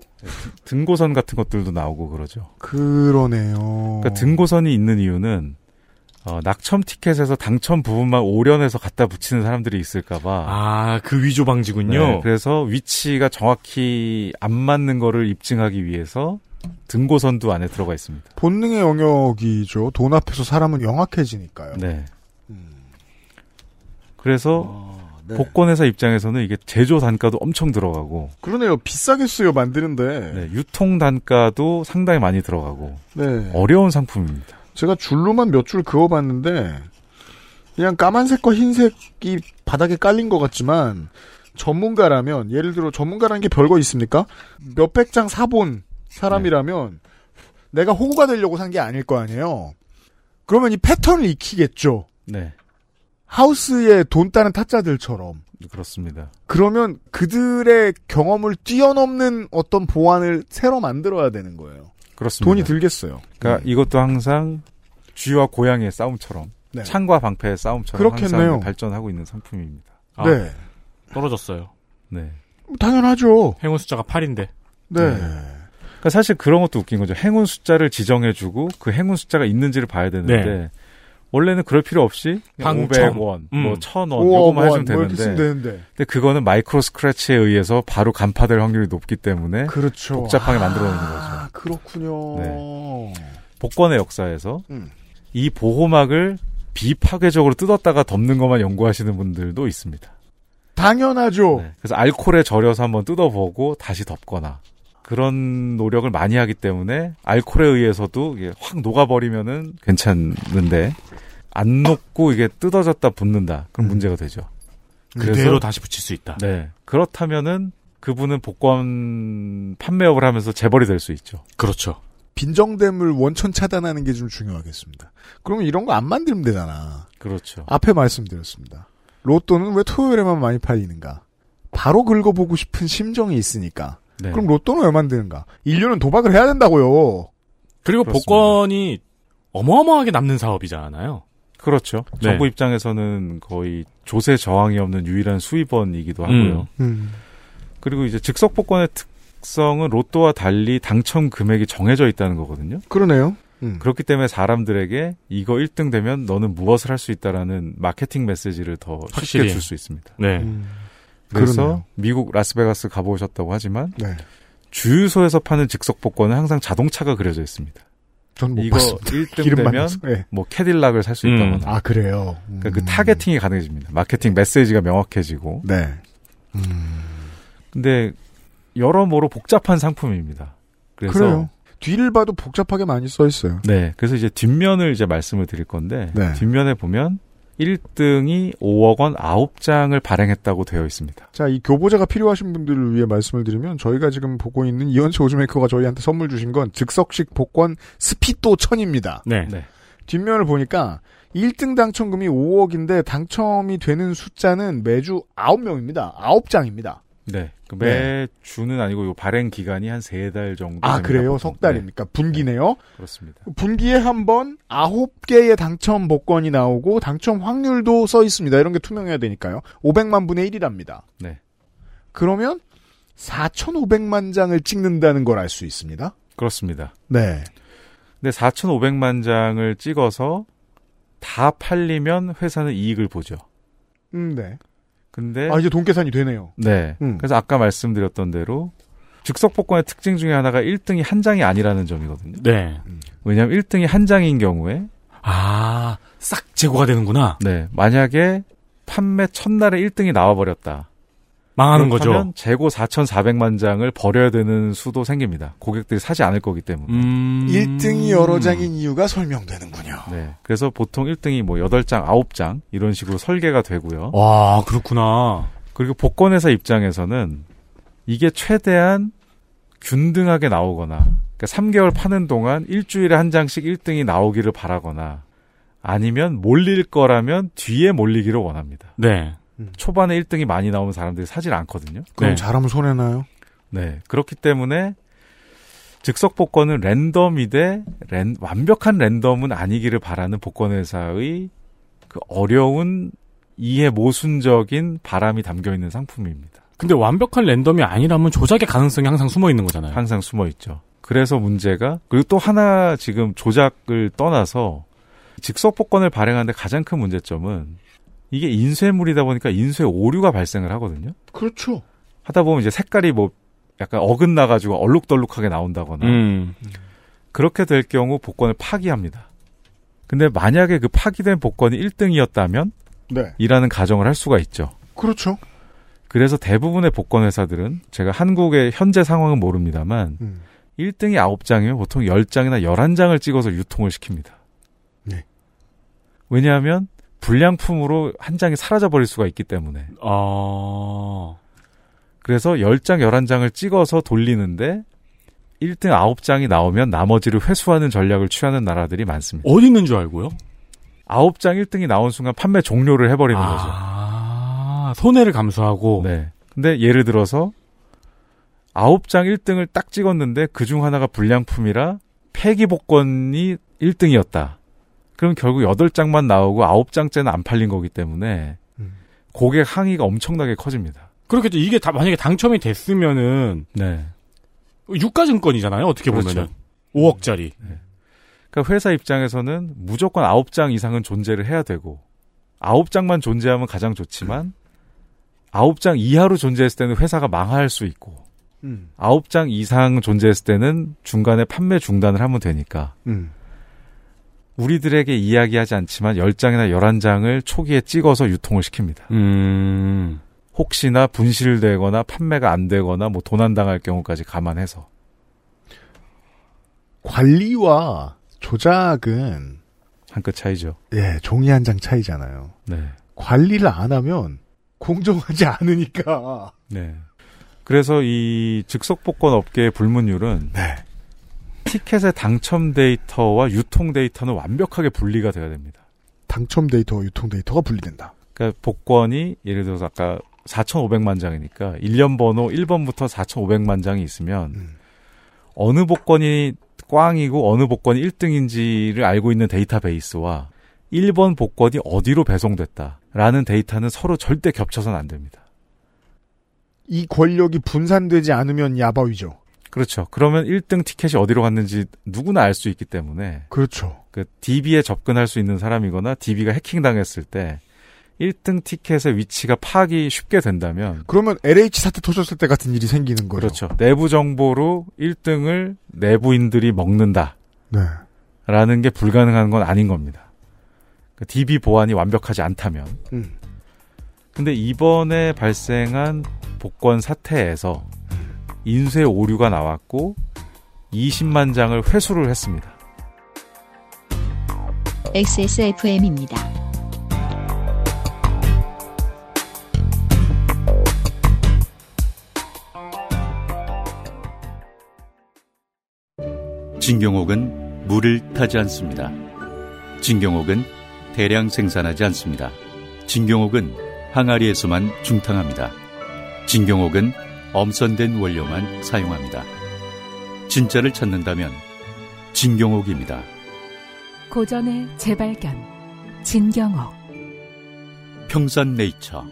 등고선 같은 것들도 나오고 그러죠. 그러네요. 어. 그러니까 등고선이 있는 이유는 어, 낙첨 티켓에서 당첨 부분만 오련해서 갖다 붙이는 사람들이 있을까봐. 아, 그 위조 방지군요. 네, 그래서 위치가 정확히 안 맞는 거를 입증하기 위해서 등고선도 안에 들어가 있습니다. 본능의 영역이죠. 돈 앞에서 사람은 영악해지니까요. 네. 그래서 음. 네. 복권 회사 입장에서는 이게 제조 단가도 엄청 들어가고 그러네요. 비싸겠어요 만드는데. 네, 유통 단가도 상당히 많이 들어가고 네. 어려운 상품입니다. 제가 줄로만 몇 줄 그어봤는데 그냥 까만색과 흰색이 바닥에 깔린 것 같지만 전문가라면 예를 들어 전문가라는 게 별거 있습니까? 몇백 장 사본 사람이라면 내가 호구가 되려고 산 게 아닐 거 아니에요. 그러면 이 패턴을 익히겠죠. 네, 하우스에 돈 따는 타짜들처럼. 그렇습니다. 그러면 그들의 경험을 뛰어넘는 어떤 보안을 새로 만들어야 되는 거예요. 그렇습니다. 돈이 들겠어요. 음. 그러니까 이것도 항상 쥐와 고양이의 싸움처럼 네. 창과 방패의 싸움처럼 그렇겠네요. 항상 발전하고 있는 상품입니다. 아, 네. 떨어졌어요. 네. 당연하죠. 행운 숫자가 8인데. 네. 그러니까 사실 그런 것도 웃긴 거죠. 행운 숫자를 지정해주고 그 행운 숫자가 있는지를 봐야 되는데 네. 원래는 그럴 필요 없이 당첨. 500원, 음. 뭐 1000원 우와, 요거만 우와, 해주면 뭐 이렇게 쓰면 되는데 되는데. 근데 그거는 마이크로 스크래치에 의해서 바로 간파될 확률이 높기 때문에 그렇죠. 네? 복잡하게 네. 만들어 놓는 거죠. 아, 그렇군요. 복권의 역사에서 음. 이 보호막을 비파괴적으로 뜯었다가 덮는 것만 연구하시는 분들도 있습니다. 당연하죠. 네. 그래서 알코올에 절여서 한번 뜯어보고 다시 덮거나 그런 노력을 많이 하기 때문에 알코올에 의해서도 이게 확 녹아버리면은 괜찮은데 안 녹고 이게 뜯어졌다 붙는다. 그럼 문제가 되죠. 그대로 다시 붙일 수 있다. 네. 그렇다면은 그분은 복권 판매업을 하면서 재벌이 될 수 있죠. 그렇죠. 빈정됨을 원천 차단하는 게 좀 중요하겠습니다. 그러면 이런 거 안 만들면 되잖아. 그렇죠. 앞에 말씀드렸습니다. 로또는 왜 토요일에만 많이 팔리는가? 바로 긁어보고 싶은 심정이 있으니까. 네. 그럼 로또는 왜 만드는가? 인류는 도박을 해야 된다고요. 그리고 복권이 어마어마하게 남는 사업이잖아요. 그렇죠. 네. 정부 입장에서는 거의 조세 저항이 없는 유일한 수입원이기도 하고요. 음. 그리고 이제 즉석 복권의 특성은 로또와 달리 당첨 금액이 정해져 있다는 거거든요. 그러네요. 음. 그렇기 때문에 사람들에게 이거 1등 되면 너는 무엇을 할 수 있다라는 마케팅 메시지를 더 쉽게 확실히. 줄 수 있습니다. 네. 음. 그래서 그러네요. 미국 라스베가스 가보셨다고 하지만 네. 주유소에서 파는 즉석 복권은 항상 자동차가 그려져 있습니다. 전못 이거 봤습니다. 1등 기름만 되면 넣어서. 예. 뭐 캐딜락을 살 수 음. 있다거나. 아, 그래요. 그러니까 그 타겟팅이 가능해집니다. 마케팅 메시지가 명확해지고. 네. 근데 여러모로 복잡한 상품입니다. 그래서 그래요. 뒤를 봐도 복잡하게 많이 써 있어요. 네. 그래서 이제 뒷면을 이제 말씀을 드릴 건데 네. 뒷면에 보면 1등이 5억 원 9장을 발행했다고 되어 있습니다. 자, 이 교보자가 필요하신 분들을 위해 말씀을 드리면 저희가 지금 보고 있는 이현철 오즈메이커가 저희한테 선물 주신 건 즉석식 복권 스피또 천입니다. 네. 뒷면을 보니까 1등 당첨금이 5억인데 당첨이 되는 숫자는 매주 9명입니다. 9장입니다. 네. 그 네. 매주는 아니고 요 발행 기간이 한 세 달 정도 아, 됩니다, 그래요? 보통. 석 달입니까? 분기네요? 그렇습니다. 분기에 한 번 9개의 당첨 복권이 나오고 당첨 확률도 써 있습니다. 이런 게 투명해야 되니까요. 500만 분의 1이랍니다. 네. 그러면 4,500만 장을 찍는다는 걸 알 수 있습니다. 그렇습니다. 네. 근데 4,500만 장을 찍어서 다 팔리면 회사는 이익을 보죠. 음, 네. 근데 아, 이제 돈 계산이 되네요. 네. 음. 그래서 아까 말씀드렸던 대로 즉석 복권의 특징 중에 하나가 1등이 한 장이 아니라는 점이거든요. 네. 왜냐하면 1등이 한 장인 경우에 아, 싹 재고가 되는구나. 네. 만약에 판매 첫날에 1등이 나와버렸다. 망하는 그렇다면 거죠. 재고 4,400만 장을 버려야 되는 수도 생깁니다. 고객들이 사지 않을 거기 때문에. 음. 음. 1등이 여러 장인 이유가 설명되는군요. 네. 그래서 보통 1등이 뭐 8장, 9장 이런 식으로 설계가 되고요. 와, 그렇구나. 그리고 복권회사 입장에서는 이게 최대한 균등하게 나오거나 그러니까 3개월 파는 동안 일주일에 한 장씩 1등이 나오기를 바라거나 아니면 몰릴 거라면 뒤에 몰리기를 원합니다. 네. 초반에 1등이 많이 나오는 사람들이 사질 않거든요. 그럼 잘하면 손해나요? 네. 그렇기 때문에 즉석 복권은 랜덤이되 랜- 완벽한 랜덤은 아니기를 바라는 복권 회사의 그 어려운 이해 모순적인 바람이 담겨 있는 상품입니다. 근데 완벽한 랜덤이 아니라면 조작의 가능성이 항상 숨어 있는 네. 거잖아요. 항상 숨어 있죠. 그래서 문제가 그리고 또 하나 지금 조작을 떠나서 즉석 복권을 발행하는데 가장 큰 문제점은 이게 인쇄물이다 보니까 인쇄 오류가 발생을 하거든요. 그렇죠. 하다 보면 이제 색깔이 뭐 약간 어긋나 가지고 얼룩덜룩하게 나온다거나 음. 그렇게 될 경우 복권을 파기합니다. 근데 만약에 그 파기된 복권이 1등이었다면 네. 이라는 가정을 할 수가 있죠. 그렇죠. 그래서 대부분의 복권 회사들은 제가 한국의 현재 상황은 모릅니다만 1등이 9장이면 보통 10장이나 11장을 찍어서 유통을 시킵니다. 네. 왜냐하면 불량품으로 한 장이 사라져 버릴 수가 있기 때문에. 아. 그래서 10장, 11장을 찍어서 돌리는데 1등 9장이 나오면 나머지를 회수하는 전략을 취하는 나라들이 많습니다. 어디 있는 줄 알고요? 9장 1등이 나온 순간 판매 종료를 해버리는 아, 손해를 감수하고. 네. 근데 예를 들어서 9장 1등을 딱 찍었는데 그 중 하나가 불량품이라 폐기 복권이 1등이었다. 그럼 결국 8장만 나오고 9장째는 안 팔린 거기 때문에 고객 항의가 엄청나게 커집니다. 그렇겠죠. 이게 다 만약에 당첨이 됐으면은 네. 유가증권이잖아요. 어떻게 보면은 그렇죠. 5억짜리. 그러니까 회사 입장에서는 무조건 9장 이상은 존재를 해야 되고 9장만 존재하면 가장 좋지만 9장 이하로 존재했을 때는 회사가 망할 수 있고 음. 9장 이상 존재했을 때는 중간에 판매 중단을 하면 되니까 음. 우리들에게 이야기하지 않지만 10장이나 11장을 초기에 찍어서 유통을 시킵니다. 혹시나 분실되거나 판매가 안 되거나 뭐 도난당할 경우까지 감안해서. 관리와 조작은 한 끗 차이죠. 예, 종이 한 장 차이잖아요. 네. 관리를 안 하면 공정하지 않으니까. 네. 그래서 이 즉석 복권 업계의 불문율은 티켓의 당첨 데이터와 유통 데이터는 완벽하게 분리가 돼야 됩니다. 당첨 데이터와 유통 데이터가 분리된다. 그러니까 복권이 예를 들어서 아까 4,500만 장이니까 1년 번호 1번부터 4,500만 장이 있으면 어느 복권이 꽝이고 어느 복권이 1등인지를 알고 있는 데이터베이스와 1번 복권이 어디로 배송됐다라는 데이터는 서로 절대 겹쳐서는 안 됩니다. 이 권력이 분산되지 않으면 야바위죠. 그렇죠. 그러면 1등 티켓이 어디로 갔는지 누구나 알 수 있기 때문에. 그렇죠. 그 DB에 접근할 수 있는 사람이거나 DB가 해킹당했을 때 1등 티켓의 위치가 파악이 쉽게 된다면 그러면 LH 사태 터졌을 때 같은 일이 생기는 거죠. 그렇죠. 내부 정보로 1등을 내부인들이 먹는다. 네. 라는 게 불가능한 건 아닌 겁니다. 그 DB 보안이 완벽하지 않다면. 음. 근데 이번에 발생한 복권 사태에서 인쇄 오류가 나왔고 20만 장을 회수를 했습니다. XSFM입니다. 진경옥은 물을 타지 않습니다. 진경옥은 대량 생산하지 않습니다. 진경옥은 항아리에서만 중탕합니다. 진경옥은 엄선된 원료만 사용합니다. 진짜를 찾는다면 진경옥입니다. 고전의 재발견. 진경옥. 평산네이처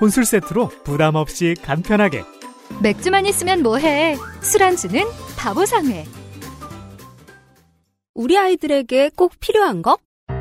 혼술 세트로 부담 없이 간편하게 맥주만 있으면 뭐해? 술안주는 바보상회. 우리 아이들에게 꼭 필요한 거?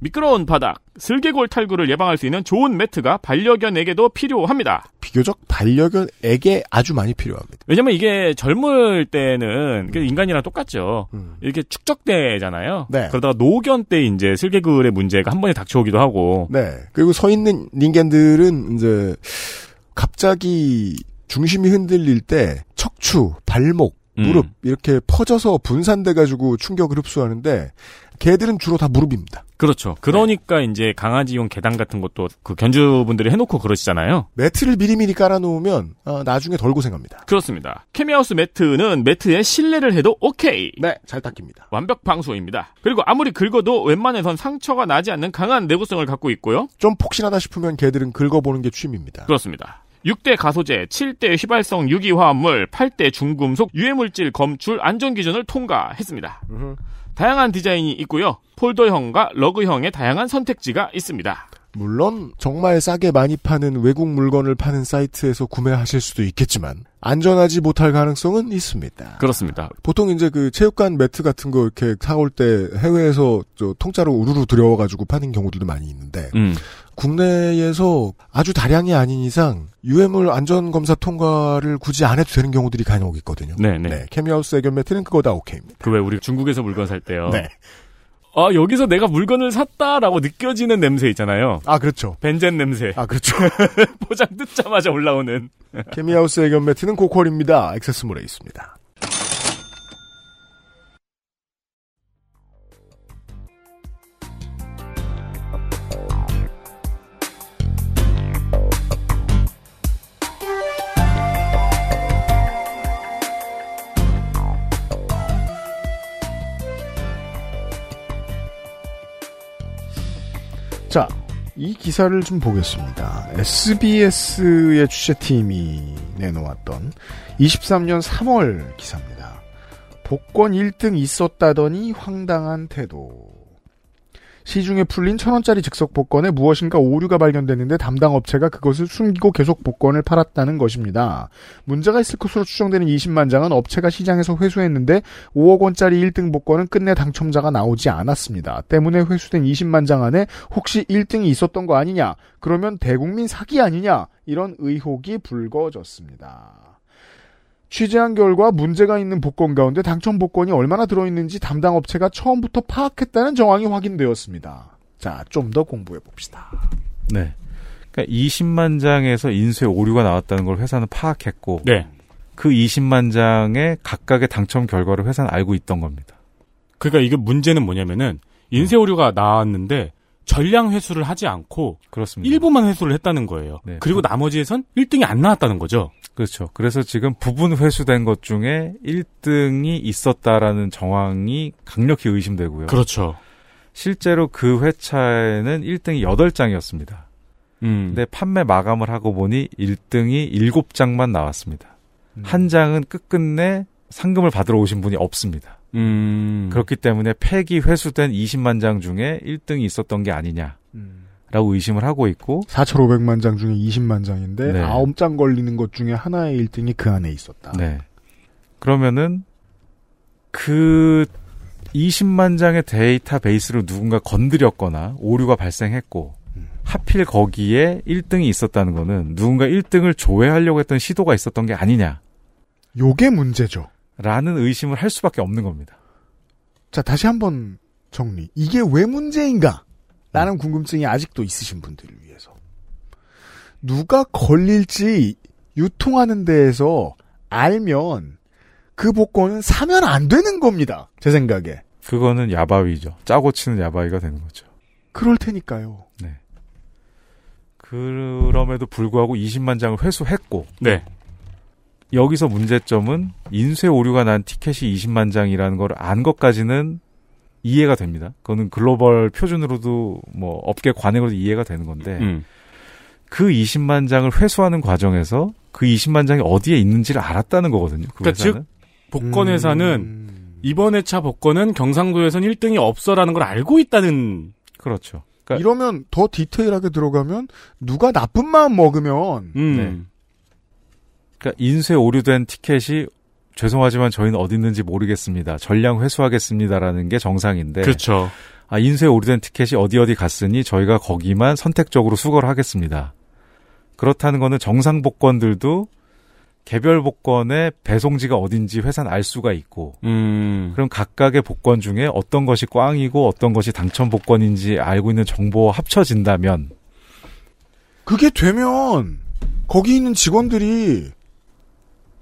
미끄러운 바닥, 슬개골 탈구를 예방할 수 있는 좋은 매트가 반려견에게도 필요합니다. 비교적 반려견에게 아주 많이 필요합니다. 왜냐면 이게 젊을 때는 그 인간이랑 똑같죠. 이렇게 축적되잖아요. 네. 그러다가 노견 때 이제 슬개골의 문제가 한 번에 닥쳐오기도 하고. 네. 그리고 서 있는 닌겐들은 이제 갑자기 중심이 흔들릴 때 척추, 발목, 무릎 이렇게 퍼져서 분산돼 가지고 충격을 흡수하는데 개들은 주로 다 무릎입니다. 그렇죠. 그러니까 이제 강아지용 계단 같은 것도 그 견주분들이 해놓고 그러시잖아요. 매트를 미리미리 깔아놓으면 어, 나중에 덜 고생합니다. 그렇습니다. 케미하우스 매트는 매트에 실내를 해도 오케이. 네, 잘 닦입니다. 완벽 방수입니다. 그리고 아무리 긁어도 웬만해선 상처가 나지 않는 강한 내구성을 갖고 있고요. 좀 폭신하다 싶으면 개들은 긁어보는 게 취미입니다. 그렇습니다. 6대 가소제, 7대 휘발성 유기화합물, 8대 중금속 유해물질 검출 안전 기준을 통과했습니다. 다양한 디자인이 있고요. 폴더형과 러그형의 다양한 선택지가 있습니다. 물론 정말 싸게 많이 파는 외국 물건을 파는 사이트에서 구매하실 수도 있겠지만 안전하지 못할 가능성은 있습니다. 그렇습니다. 보통 이제 그 체육관 매트 같은 거 이렇게 사올 때 해외에서 저 통짜로 우르르 들여와가지고 파는 경우들도 많이 있는데 음. 국내에서 아주 다량이 아닌 이상 유해물 안전검사 통과를 굳이 안 해도 되는 경우들이 간혹 있거든요. 네네. 케미하우스 애견 매트는 그거 다 오케이입니다. 그 왜 우리 중국에서 물건 살 때요. 네. 아 여기서 내가 물건을 샀다라고 느껴지는 냄새 있잖아요. 아 그렇죠. 벤젠 냄새. 아 그렇죠. 포장 뜯자마자 올라오는. 케미하우스 애견 매트는 고퀄입니다. 액세스몰에 있습니다. 자, 이 기사를 좀 보겠습니다. SBS의 취재팀이 내놓았던 23년 3월 기사입니다. 복권 1등 있었다더니 황당한 태도. 시중에 풀린 천 원짜리 즉석 복권에 무엇인가 오류가 발견됐는데 담당 업체가 그것을 숨기고 계속 복권을 팔았다는 것입니다. 문제가 있을 것으로 추정되는 20만 장은 업체가 시장에서 회수했는데 5억 원짜리 1등 복권은 끝내 당첨자가 나오지 않았습니다. 때문에 회수된 20만 장 안에 혹시 1등이 있었던 거 아니냐? 그러면 대국민 사기 아니냐? 이런 의혹이 불거졌습니다. 취재한 결과 문제가 있는 복권 가운데 당첨 복권이 얼마나 들어있는지 담당 업체가 처음부터 파악했다는 정황이 확인되었습니다. 자, 좀 더 공부해 봅시다. 네. 그러니까 20만 장에서 인쇄 오류가 나왔다는 걸 회사는 파악했고 네. 그 20만 장의 각각의 당첨 결과를 회사는 알고 있던 겁니다. 그러니까 이게 문제는 뭐냐면은 인쇄 오류가 나왔는데 전량 회수를 하지 않고 그렇습니다. 일부만 회수를 했다는 거예요. 음. 네. 그리고 나머지에선 1등이 안 나왔다는 거죠. 그렇죠. 그래서 지금 부분 회수된 것 중에 1등이 있었다라는 정황이 강력히 의심되고요. 그렇죠. 실제로 그 회차에는 1등이 8장이었습니다. 음. 근데 판매 마감을 하고 보니 1등이 7장만 나왔습니다. 음. 한 장은 끝끝내 상금을 받으러 오신 분이 없습니다. 음. 그렇기 때문에 폐기 회수된 20만 장 중에 1등이 있었던 게 아니냐라고 음. 의심을 하고 있고 4,500만 장 중에 20만 장인데 네. 9장 걸리는 것 중에 하나의 1등이 그 안에 있었다. 네. 그러면은 그 20만 장의 데이터베이스를 누군가 건드렸거나 오류가 발생했고 하필 거기에 1등이 있었다는 거는 누군가 1등을 조회하려고 했던 시도가 있었던 게 아니냐. 요게 문제죠. 라는 의심을 할 수밖에 없는 겁니다. 자, 다시 한번 정리. 이게 왜 문제인가? 라는 궁금증이 아직도 있으신 분들을 위해서. 누가 걸릴지 유통하는 데에서 알면 그 복권은 사면 안 되는 겁니다. 제 생각에. 그거는 야바위죠. 짜고 치는 야바위가 되는 거죠. 그럴 테니까요. 그럼에도 불구하고 20만 장을 회수했고 네. 여기서 문제점은 인쇄 오류가 난 티켓이 20만 장이라는 걸 안 것까지는 이해가 됩니다. 그거는 글로벌 표준으로도 뭐 업계 관행으로도 이해가 되는 건데 음. 그 20만 장을 회수하는 과정에서 그 20만 장이 어디에 있는지를 알았다는 거거든요. 그 그러니까 즉 회사는. 복권 음. 회사는 이번 회차 복권은 경상도에선 1등이 없어라는 걸 알고 있다는 그렇죠. 이러면 더 디테일하게 들어가면 누가 나쁜 마음 먹으면 네. 그러니까 인쇄 오류된 티켓이 죄송하지만 저희는 어디 있는지 모르겠습니다. 전량 회수하겠습니다라는 게 정상인데. 그렇죠. 아, 인쇄 오류된 티켓이 어디 어디 갔으니 저희가 거기만 선택적으로 수거를 하겠습니다. 그렇다는 거는 정상 복권들도 개별 복권의 배송지가 어딘지 회사는 알 수가 있고 음. 그럼 각각의 복권 중에 어떤 것이 꽝이고 어떤 것이 당첨 복권인지 알고 있는 정보와 합쳐진다면 그게 되면 거기 있는 직원들이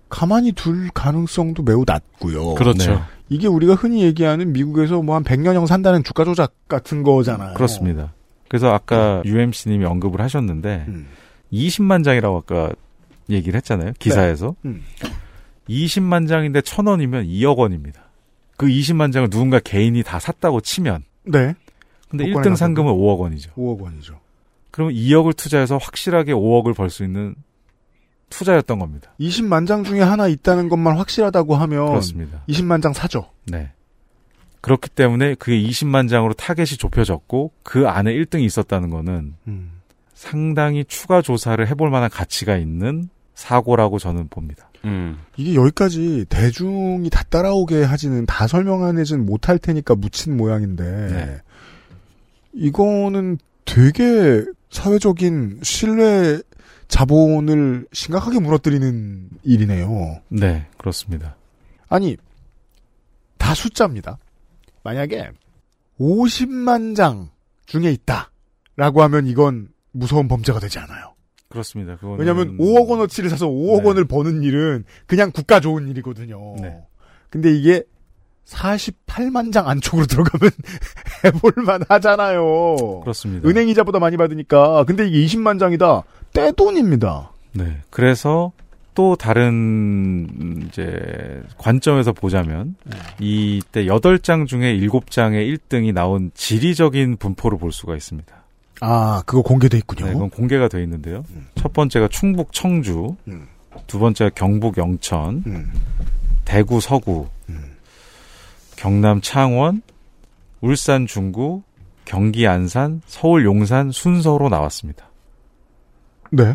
가만히 둘 가능성도 매우 낮고요. 그렇죠. 네. 이게 우리가 흔히 얘기하는 미국에서 뭐 한 100년형 산다는 주가 조작 같은 거잖아요. 네, 그렇습니다. 그래서 아까 UMC님이 언급을 하셨는데 음. 20만 장이라고 아까 얘기를 했잖아요. 기사에서 음. 20만 장인데 천 원이면 2억 원입니다. 그 20만 장을 누군가 개인이 다 샀다고 치면 네. 근데 복권에 음. 1등 나가면 상금은 5억 원이죠. 5억 원이죠. 그럼 2억을 투자해서 확실하게 5억을 벌 수 있는 투자였던 겁니다. 20만 장 중에 하나 있다는 것만 확실하다고 하면 그렇습니다. 20만 장 사죠. 네. 그렇기 때문에 그게 20만 장으로 타겟이 좁혀졌고 그 안에 1등이 있었다는 거는 상당히 추가 조사를 해볼 만한 가치가 있는 사고라고 저는 봅니다. 음. 이게 여기까지 대중이 다 따라오게 하지는 다 설명하지는 못할 테니까 묻힌 모양인데 네. 이거는 되게 사회적인 신뢰 자본을 심각하게 무너뜨리는 일이네요. 네, 그렇습니다. 아니 다 숫자입니다. 만약에 50만 장 중에 있다라고 하면 이건 무서운 범죄가 되지 않아요. 그렇습니다. 그거는- 왜냐하면 5억 원어치를 사서 네. 5억 원을 버는 일은 그냥 국가 좋은 일이거든요. 근데 이게 48만 장 안쪽으로 들어가면 해볼만 하잖아요. 그렇습니다. 은행 이자보다 많이 받으니까. 근데 이게 20만 장이다. 떼돈입니다. 네. 그래서 또 다른 음, 이제 관점에서 보자면 네. 이때 8장 중에 7장의 1등이 나온 지리적인 분포를 볼 수가 있습니다. 아, 그거 공개돼 있군요. 음. 네, 이건 공개가 돼 있는데요. 첫 번째가 충북 청주, 두 번째가 경북 영천, 음. 대구 서구, 경남 창원, 울산 중구, 경기 안산, 서울 용산 순서로 나왔습니다. 네.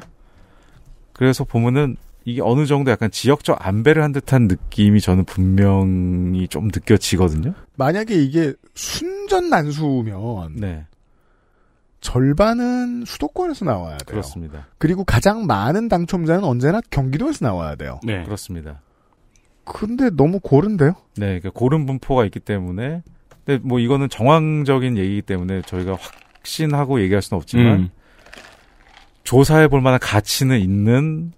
그래서 보면은 이게 어느 정도 약간 지역적 안배를 한 듯한 느낌이 저는 분명히 좀 느껴지거든요. 만약에 이게 순전 난수면 네. 절반은 수도권에서 나와야 돼요. 그렇습니다. 그리고 가장 많은 당첨자는 언제나 경기도에서 나와야 돼요. 네. 그렇습니다. 근데 너무 고른데요? 네, 그러니까 고른 분포가 있기 때문에 근데 뭐 이거는 정황적인 얘기이기 때문에 저희가 확신하고 얘기할 수는 없지만 음. 조사해 볼 만한 가치는 있는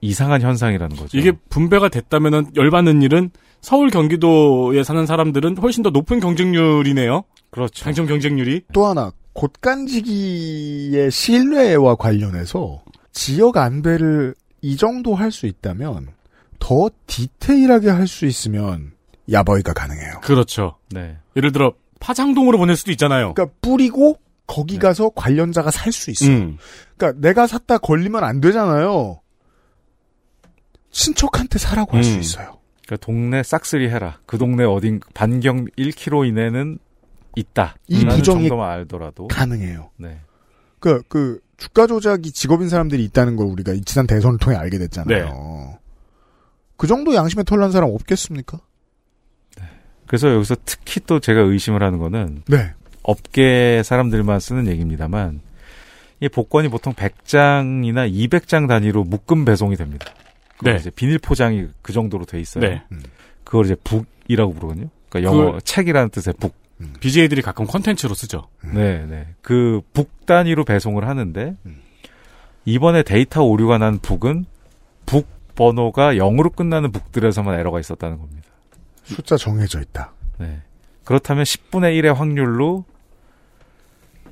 이상한 현상이라는 거죠. 이게 분배가 됐다면은 열받는 일은 서울 경기도에 사는 사람들은 훨씬 더 높은 경쟁률이네요. 그렇죠. 당첨 경쟁률이. 또 하나 곶간지기의 신뢰와 관련해서 지역 안배를 이 정도 할 수 있다면 더 디테일하게 할 수 있으면 야버이가 가능해요. 그렇죠. 네. 예를 들어 파장동으로 보낼 수도 있잖아요. 그러니까 뿌리고 네. 거기 가서 관련자가 살 수 있어요. 그렇죠. 음. 그러니까 내가 샀다 걸리면 안 되잖아요. 친척한테 사라고 할 수 음. 있어요. 그러니까 동네 싹쓸이 해라. 그 동네 어딘 반경 1km 이내는 있다. 이 라는 부정이 정도만 알더라도 가능해요. 네. 그, 그, 주가 조작이 직업인 사람들이 있다는 걸 우리가 이 지난 대선을 통해 알게 됐잖아요. 그 정도 양심에 털난 사람 없겠습니까? 그래서 여기서 특히 또 제가 의심을 하는 거는 네. 업계 사람들만 쓰는 얘기입니다만 이 복권이 보통 100장이나 200장 단위로 묶음 배송이 됩니다. 그걸 네. 이제 비닐 포장이 그 정도로 돼 있어요. 네. 그걸 이제 북이라고 부르거든요. 그러니까 영어 책이라는 뜻의 북. BJ들이 가끔 컨텐츠로 쓰죠. 네, 네. 그 북 단위로 배송을 하는데 이번에 데이터 오류가 난 북은 북 번호가 0으로 끝나는 북들에서만 에러가 있었다는 겁니다. 숫자 정해져 있다. 네. 그렇다면 10분의 1의 확률로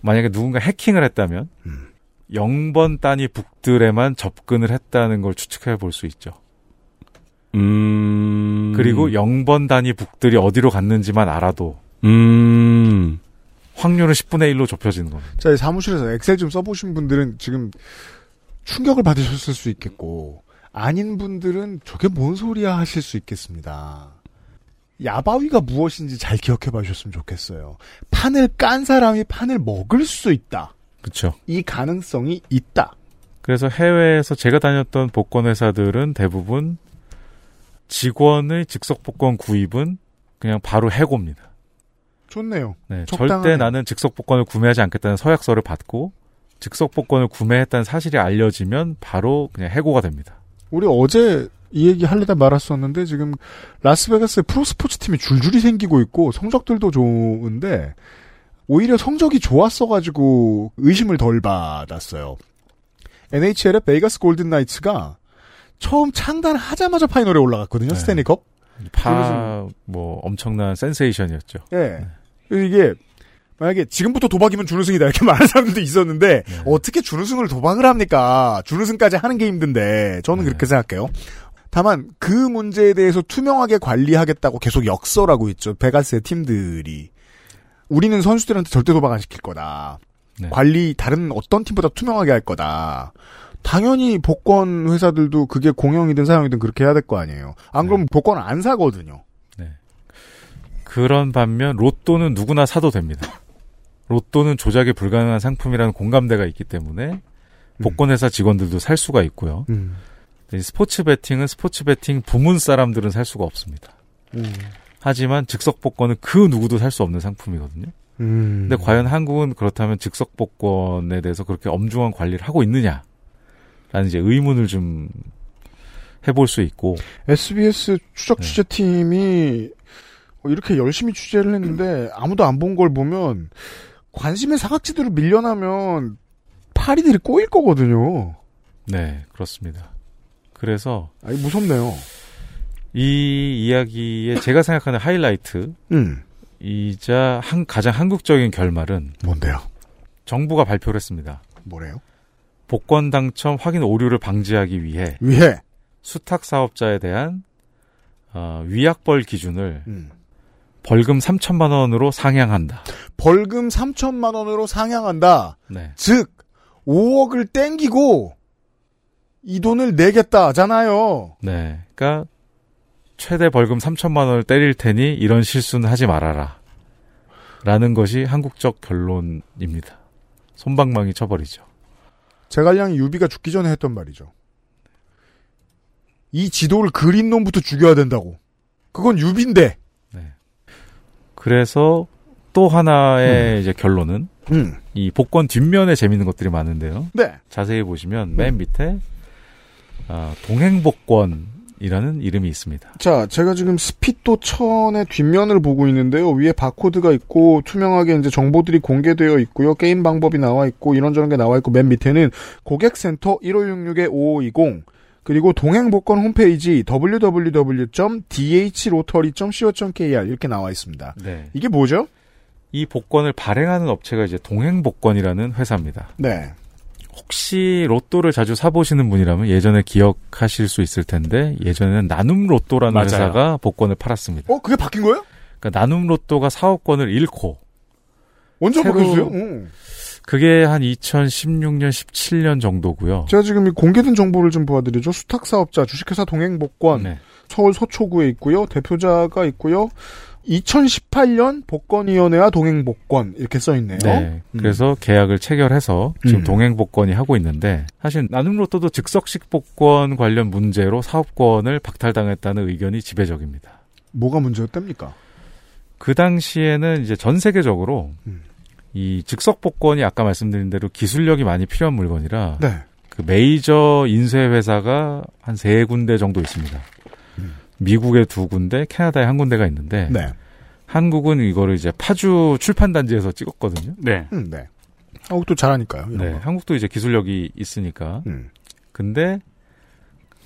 만약에 누군가 해킹을 했다면 음. 0번 단위 북들에만 접근을 했다는 걸 추측해 볼 수 있죠. 음. 그리고 0번 단위 북들이 어디로 갔는지만 알아도 음. 확률은 10분의 1로 좁혀지는 겁니다. 자, 이 사무실에서 엑셀 좀 써보신 분들은 지금 충격을 받으셨을 수 있겠고, 아닌 분들은 저게 뭔 소리야 하실 수 있겠습니다. 야바위가 무엇인지 잘 기억해 봐주셨으면 좋겠어요. 판을 깐 사람이 판을 먹을 수 있다. 그렇죠. 이 가능성이 있다. 그래서 해외에서 제가 다녔던 복권 회사들은 대부분 직원의 즉석 복권 구입은 그냥 바로 해고입니다. 좋네요. 네, 적당하네요. 절대 나는 즉석 복권을 구매하지 않겠다는 서약서를 받고 즉석 복권을 구매했다는 사실이 알려지면 바로 그냥 해고가 됩니다. 우리 어제 이 얘기 하려다 말았었는데 지금 라스베가스에 프로스포츠 팀이 줄줄이 생기고 있고 성적들도 좋은데 오히려 성적이 좋았어가지고 의심을 덜 받았어요. NHL의 베이가스 골든 나이츠가 처음 창단하자마자 파이널에 올라갔거든요. 스탠리컵. 파, 뭐, 엄청난 센세이션이었죠. 예. 그래서 이게 만약에 지금부터 도박이면 준우승이다 이렇게 말하는 사람들도 있었는데 네. 어떻게 준우승을 도박을 합니까? 준우승까지 하는 게 힘든데 저는 네. 그렇게 생각해요. 다만 그 문제에 대해서 투명하게 관리하겠다고 계속 역설하고 있죠. 베가스의 팀들이 우리는 선수들한테 절대 도박 안 시킬 거다. 네. 관리 다른 어떤 팀보다 투명하게 할 거다. 당연히 복권 회사들도 그게 공영이든 사용이든 그렇게 해야 될 거 아니에요. 안 그러면 네. 복권 안 사거든요. 그런 반면, 로또는 누구나 사도 됩니다. 로또는 조작이 불가능한 상품이라는 공감대가 있기 음. 때문에, 복권회사 직원들도 살 수가 있고요. 이 스포츠 베팅은 스포츠 베팅 부문 사람들은 살 수가 없습니다. 음. 하지만 즉석 복권은 그 누구도 살 수 없는 상품이거든요. 음. 근데 과연 한국은 그렇다면 즉석 복권에 대해서 그렇게 엄중한 관리를 하고 있느냐? 라는 이제 의문을 좀 해볼 수 있고. SBS 추적 취재팀이 뭐 이렇게 열심히 취재를 했는데 아무도 안 본 걸 보면 관심의 사각지대로 밀려나면 파리들이 꼬일 거거든요. 네, 그렇습니다. 그래서 아니 무섭네요. 이 이야기의 제가 생각하는 하이라이트 음. 이자 한- 가장 한국적인 결말은 뭔데요? 정부가 발표를 했습니다. 뭐래요? 복권 당첨 확인 오류를 방지하기 위해 위해 수탁 사업자에 대한 어, 위약벌 기준을 음. 벌금 3천만 원으로 상향한다. 벌금 3천만 원으로 상향한다. 네. 즉 5억을 땡기고 이 돈을 내겠다잖아요. 네. 그러니까 최대 벌금 3천만 원을 때릴 테니 이런 실수는 하지 말아라. 라는 것이 한국적 결론입니다. 손방망이 쳐버리죠. 제갈량이 유비가 죽기 전에 했던 말이죠. 이 지도를 그린 놈부터 죽여야 된다고. 그건 유비인데. 그래서 또 하나의 이제 결론은 음. 이 복권 뒷면에 재밌는 것들이 많은데요. 네. 자세히 보시면 맨 밑에 아, 동행복권이라는 이름이 있습니다. 자, 제가 지금 스피또 천의 뒷면을 보고 있는데요. 위에 바코드가 있고 투명하게 이제 정보들이 공개되어 있고요. 게임 방법이 나와 있고 이런저런 게 나와 있고 맨 밑에는 고객센터 1566-5520 그리고 동행복권 홈페이지 www.dhlotery.co.kr 이렇게 나와 있습니다. 네. 이게 뭐죠? 이 복권을 발행하는 업체가 이제 동행복권이라는 회사입니다. 네. 혹시 로또를 자주 사보시는 분이라면 예전에 기억하실 수 있을 텐데 예전에는 나눔 로또라는 맞아요. 회사가 복권을 팔았습니다. 어, 그게 바뀐 거예요? 그러니까 나눔 로또가 사업권을 잃고 언제 새로- 바뀌었어요? 음. 그게 한 2016년 17년 정도고요. 제가 지금 이 공개된 정보를 좀 보여드리죠. 수탁사업자 주식회사 동행복권 네. 서울 서초구에 있고요. 대표자가 있고요. 2018년 복권위원회와 동행복권 이렇게 써 있네요. 네. 그래서 계약을 체결해서 지금 어? 음. 동행 복권이 하고 있는데 사실 나눔 로또도 즉석식 복권 관련 문제로 사업권을 박탈당했다는 의견이 지배적입니다. 뭐가 문제였답니까? 그 당시에는 이제 전 세계적으로 음. 이 즉석 복권이 아까 말씀드린 대로 기술력이 많이 필요한 물건이라 네. 그 메이저 인쇄 회사가 한 세 군데 정도 있습니다. 미국에 두 군데, 캐나다에 한 군데가 있는데 음. 네. 한국은 이거를 이제 파주 출판 단지에서 찍었거든요. 네. 음, 네. 한국도 잘하니까요. 이런 네, 거. 한국도 이제 기술력이 있으니까. 음. 근데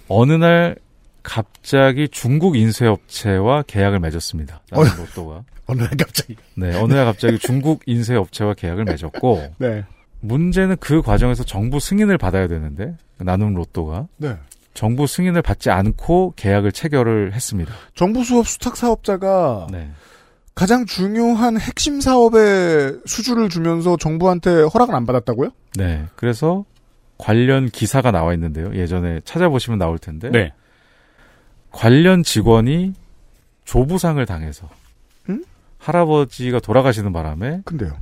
어느 날 갑자기 중국 인쇄업체와 계약을 맺었습니다. 나눔 어. 로또가. 어느 날 갑자기. 네, 어느 날 갑자기 중국 인쇄업체와 계약을 맺었고. 네. 문제는 그 과정에서 정부 승인을 받아야 되는데 나눔 로또가 네. 정부 승인을 받지 않고 계약을 체결을 했습니다. 정부 수업 수탁 사업자가 네. 가장 중요한 핵심 사업에 수주를 주면서 정부한테 허락을 안 받았다고요? 네. 그래서 관련 기사가 나와 있는데요. 예전에 찾아보시면 나올 텐데. 네. 관련 직원이 조부상을 당해서 음? 할아버지가 돌아가시는 바람에 근데요.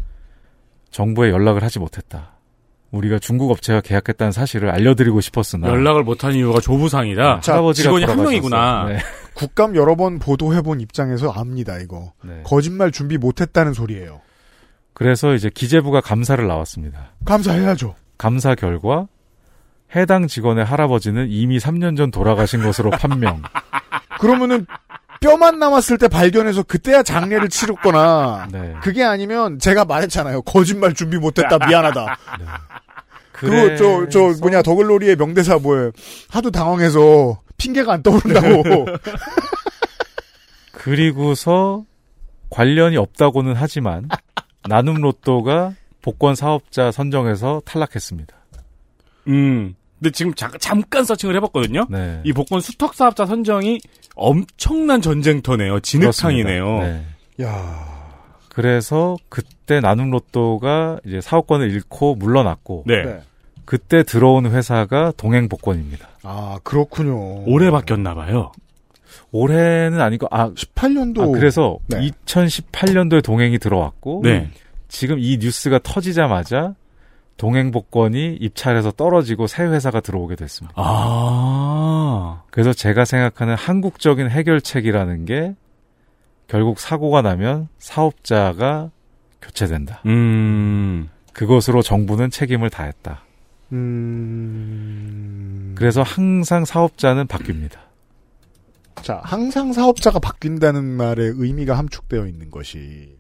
정부에 연락을 하지 못했다. 우리가 중국 업체와 계약했다는 사실을 알려드리고 싶었으나 연락을 못한 이유가 조부상이라 자, 할아버지가 직원이 한 돌아가셨어요. 명이구나. 네. 국감 여러 번 보도해본 입장에서 압니다, 이거. 네. 거짓말 준비 못했다는 소리예요. 그래서 이제 기재부가 감사를 나왔습니다. 감사해야죠. 감사 결과 해당 직원의 할아버지는 이미 3년 전 돌아가신 것으로 판명. 그러면은 뼈만 남았을 때 발견해서 그때야 장례를 치렀거나 네. 그게 아니면 제가 말했잖아요. 거짓말 준비 못했다 미안하다. 그거 그래서- 저, 저 뭐냐 더글로리의 명대사 뭐예요. 하도 당황해서 핑계가 안 떠오른다고. 그리고서 관련이 없다고는 하지만 나눔 로또가 복권 사업자 선정에서 탈락했습니다. 음. 근데 지금 자- 잠깐 서칭을 해봤거든요. 네. 이 복권 수탁 사업자 선정이 엄청난 전쟁터네요. 진흙탕이네요. 그렇습니다. 네. 그래서 그때 나눔 로또가 이제 사업권을 잃고 물러났고 네. 그때 들어온 회사가 동행 복권입니다. 아 그렇군요. 올해 바뀌었나 봐요. 올해는 아니고 아 18년도 아, 그래서 2018년도에 동행이 들어왔고 네. 지금 이 뉴스가 터지자마자 동행 복권이 입찰에서 떨어지고 새 회사가 들어오게 됐습니다. 아. 그래서 제가 생각하는 한국적인 해결책이라는 게 결국 사고가 나면 사업자가 교체된다. 음. 그것으로 정부는 책임을 다했다. 음. 그래서 항상 사업자는 바뀝니다. 자 항상 사업자가 바뀐다는 말의 의미가 함축되어 있는 것이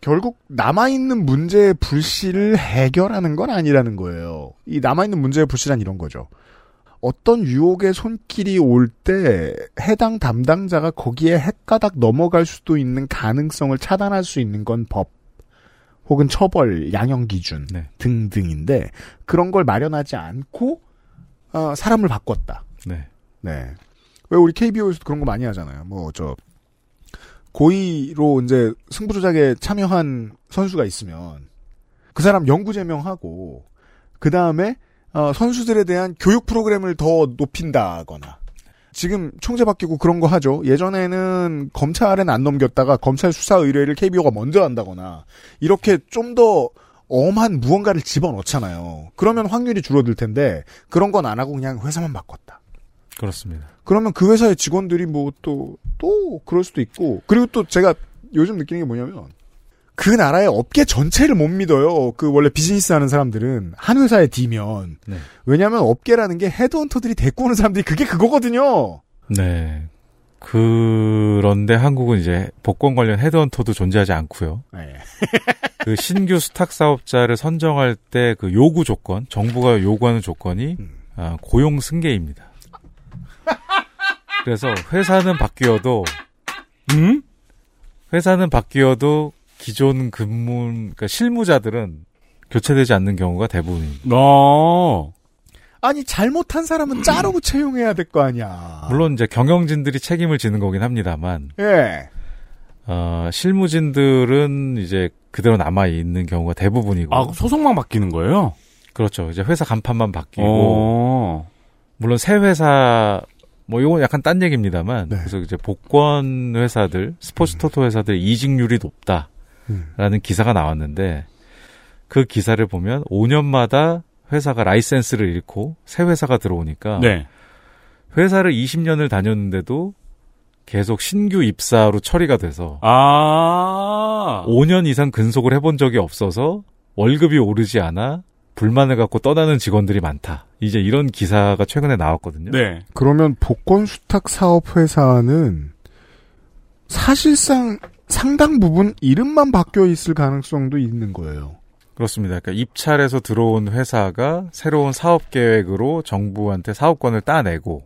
결국 남아있는 문제의 불씨를 해결하는 건 아니라는 거예요. 이 남아있는 문제의 불씨란 이런 거죠. 어떤 유혹의 손길이 올 때 해당 담당자가 거기에 헷가닥 넘어갈 수도 있는 가능성을 차단할 수 있는 건 법, 혹은 처벌, 양형 기준 등등인데 그런 걸 마련하지 않고 어, 사람을 바꿨다. 네. 네. 왜 우리 KBO에서도 그런 거 많이 하잖아요. 뭐, 저, 고의로 이제 승부조작에 참여한 선수가 있으면 그 사람 영구 제명하고 어, 그 다음에 선수들에 대한 교육 프로그램을 더 높인다거나 지금 총재 바뀌고 그런 거 하죠. 예전에는 검찰엔 안 넘겼다가 검찰 수사 의뢰를 KBO가 먼저 한다거나 이렇게 좀 더 엄한 무언가를 집어넣잖아요. 그러면 확률이 줄어들 텐데 그런 건 안 하고 그냥 회사만 바꿨다. 그렇습니다. 그러면 그 회사의 직원들이 뭐 또 또 그럴 수도 있고 그리고 또 제가 요즘 느끼는 게 뭐냐면 그 나라의 업계 전체를 못 믿어요. 그 원래 비즈니스 하는 사람들은 한 회사에 디면 네. 왜냐하면 업계라는 게 헤드헌터들이 데리고 오는 사람들이 그게 그거거든요. 네. 그런데 한국은 이제 복권 관련 헤드헌터도 존재하지 않고요. 네. 그 신규 수탁 사업자를 선정할 때 그 요구 조건, 정부가 요구하는 조건이 음. 아, 고용 승계입니다. 그래서 회사는 바뀌어도 음? 회사는 바뀌어도 기존 근무 그러니까 실무자들은 교체되지 않는 경우가 대부분입니다. 아. 아니 잘못한 사람은 짜르고 채용해야 될 거 아니야. 물론 이제 경영진들이 책임을 지는 거긴 합니다만 예. 어, 실무진들은 이제 그대로 남아 있는 경우가 대부분이고. 아, 소속만 바뀌는 거예요? 그렇죠. 이제 회사 간판만 바뀌고. 어. 물론 새 회사 뭐 요건 약간 딴 얘기입니다만 그래서 이제 복권 회사들, 스포츠 토토 회사들 이직률이 높다라는 기사가 나왔는데 그 기사를 보면 5년마다 회사가 라이센스를 잃고 새 회사가 들어오니까 네. 회사를 20년을 다녔는데도 계속 신규 입사로 처리가 돼서 아. 5년 이상 근속을 해본 적이 없어서 월급이 오르지 않아 불만을 갖고 떠나는 직원들이 많다. 이제 이런 기사가 최근에 나왔거든요. 네. 그러면 복권 수탁 사업 회사는 사실상 상당 부분 이름만 바뀌어 있을 가능성도 있는 거예요. 그렇습니다. 그러니까 입찰에서 들어온 회사가 새로운 사업 계획으로 정부한테 사업권을 따내고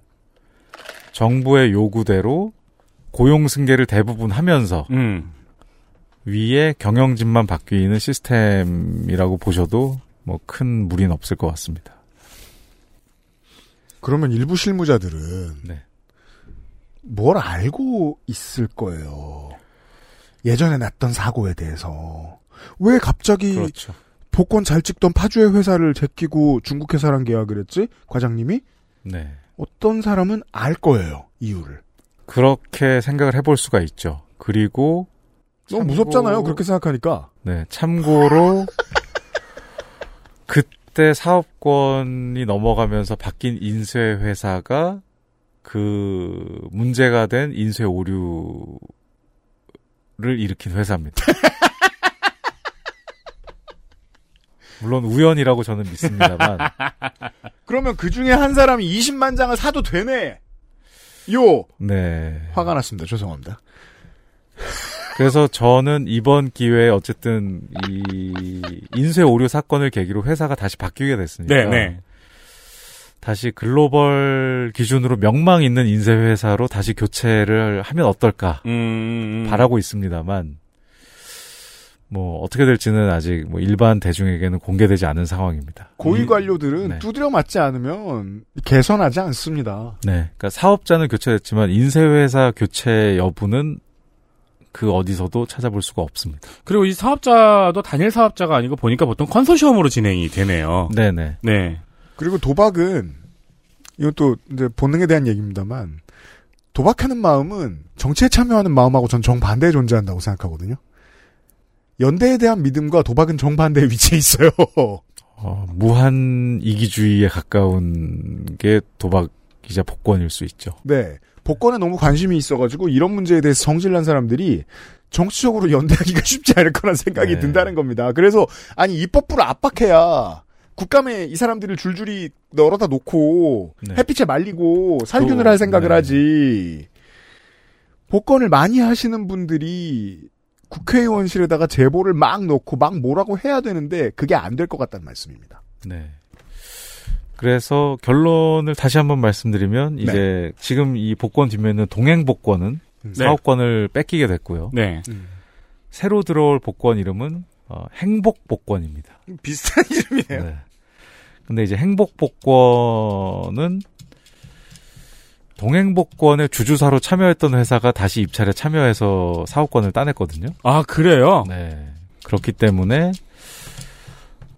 정부의 요구대로 고용 승계를 대부분 하면서 음. 위에 경영진만 바뀌는 시스템이라고 보셔도 뭐 큰 무리는 없을 것 같습니다. 그러면 일부 실무자들은 뭘 알고 있을 거예요. 예전에 났던 사고에 대해서 왜 갑자기 복권 잘 찍던 파주의 회사를 제끼고 중국 회사랑 계약을 했지? 과장님이 네. 어떤 사람은 알 거예요 이유를. 그렇게 생각을 해볼 수가 있죠. 그리고 너무 무섭잖아요 그렇게 생각하니까. 네, 참고로 그때 사업권이 넘어가면서 바뀐 인쇄 회사가 그 문제가 된 인쇄 오류를 일으킨 회사입니다. 물론 우연이라고 저는 믿습니다만 그러면 그 중에 한 사람이 20만 장을 사도 되네. 요 네. 화가 났습니다. 죄송합니다. 그래서 저는 이번 기회에 어쨌든 이 인쇄 오류 사건을 계기로 회사가 다시 바뀌게 됐습니다. 네, 네. 다시 글로벌 기준으로 명망 있는 인쇄 회사로 다시 교체를 하면 어떨까 음. 바라고 있습니다만 뭐 어떻게 될지는 아직 뭐 일반 대중에게는 공개되지 않은 상황입니다. 고위 관료들은 네. 두드려 맞지 않으면 개선하지 않습니다. 네. 그러니까 사업자는 교체됐지만 인쇄회사 교체 여부는 그 어디서도 찾아볼 수가 없습니다. 그리고 이 사업자도 단일 사업자가 아니고 보니까 보통 컨소시엄으로 진행이 어. 되네요. 네네. 네. 그리고 도박은 이것도 이제 본능에 대한 얘기입니다만 도박하는 마음은 정치에 참여하는 마음하고 전 정반대에 존재한다고 생각하거든요. 연대에 대한 믿음과 도박은 정반대의 위치에 있어요. 어, 무한 이기주의에 가까운 게 도박이자 복권일 수 있죠. 네. 복권에 너무 관심이 있어가지고 이런 문제에 대해서 성질난 사람들이 정치적으로 연대하기가 쉽지 않을 거란 네. 생각이 든다는 겁니다. 그래서 아니 입법부를 압박해야 국감에 이 사람들을 줄줄이 널어다 놓고 햇빛에 말리고 살균을 네. 또, 할 생각을 네. 하지. 복권을 많이 하시는 분들이 국회의원실에다가 제보를 막 넣고 막 뭐라고 해야 되는데 그게 안 될 것 같다는 말씀입니다. 네. 그래서 결론을 다시 한번 말씀드리면 이제 지금 이 복권 뒷면은 동행 복권은 사업권을 뺏기게 됐고요. 네. 새로 들어올 복권 이름은 어, 행복 복권입니다. 비슷한 예. 이름이네요. 근데 이제 행복 복권은 동행 복권의 주주사로 참여했던 회사가 다시 입찰에 참여해서 사업권을 따냈거든요. 아, 그래요? 네. 그렇기 때문에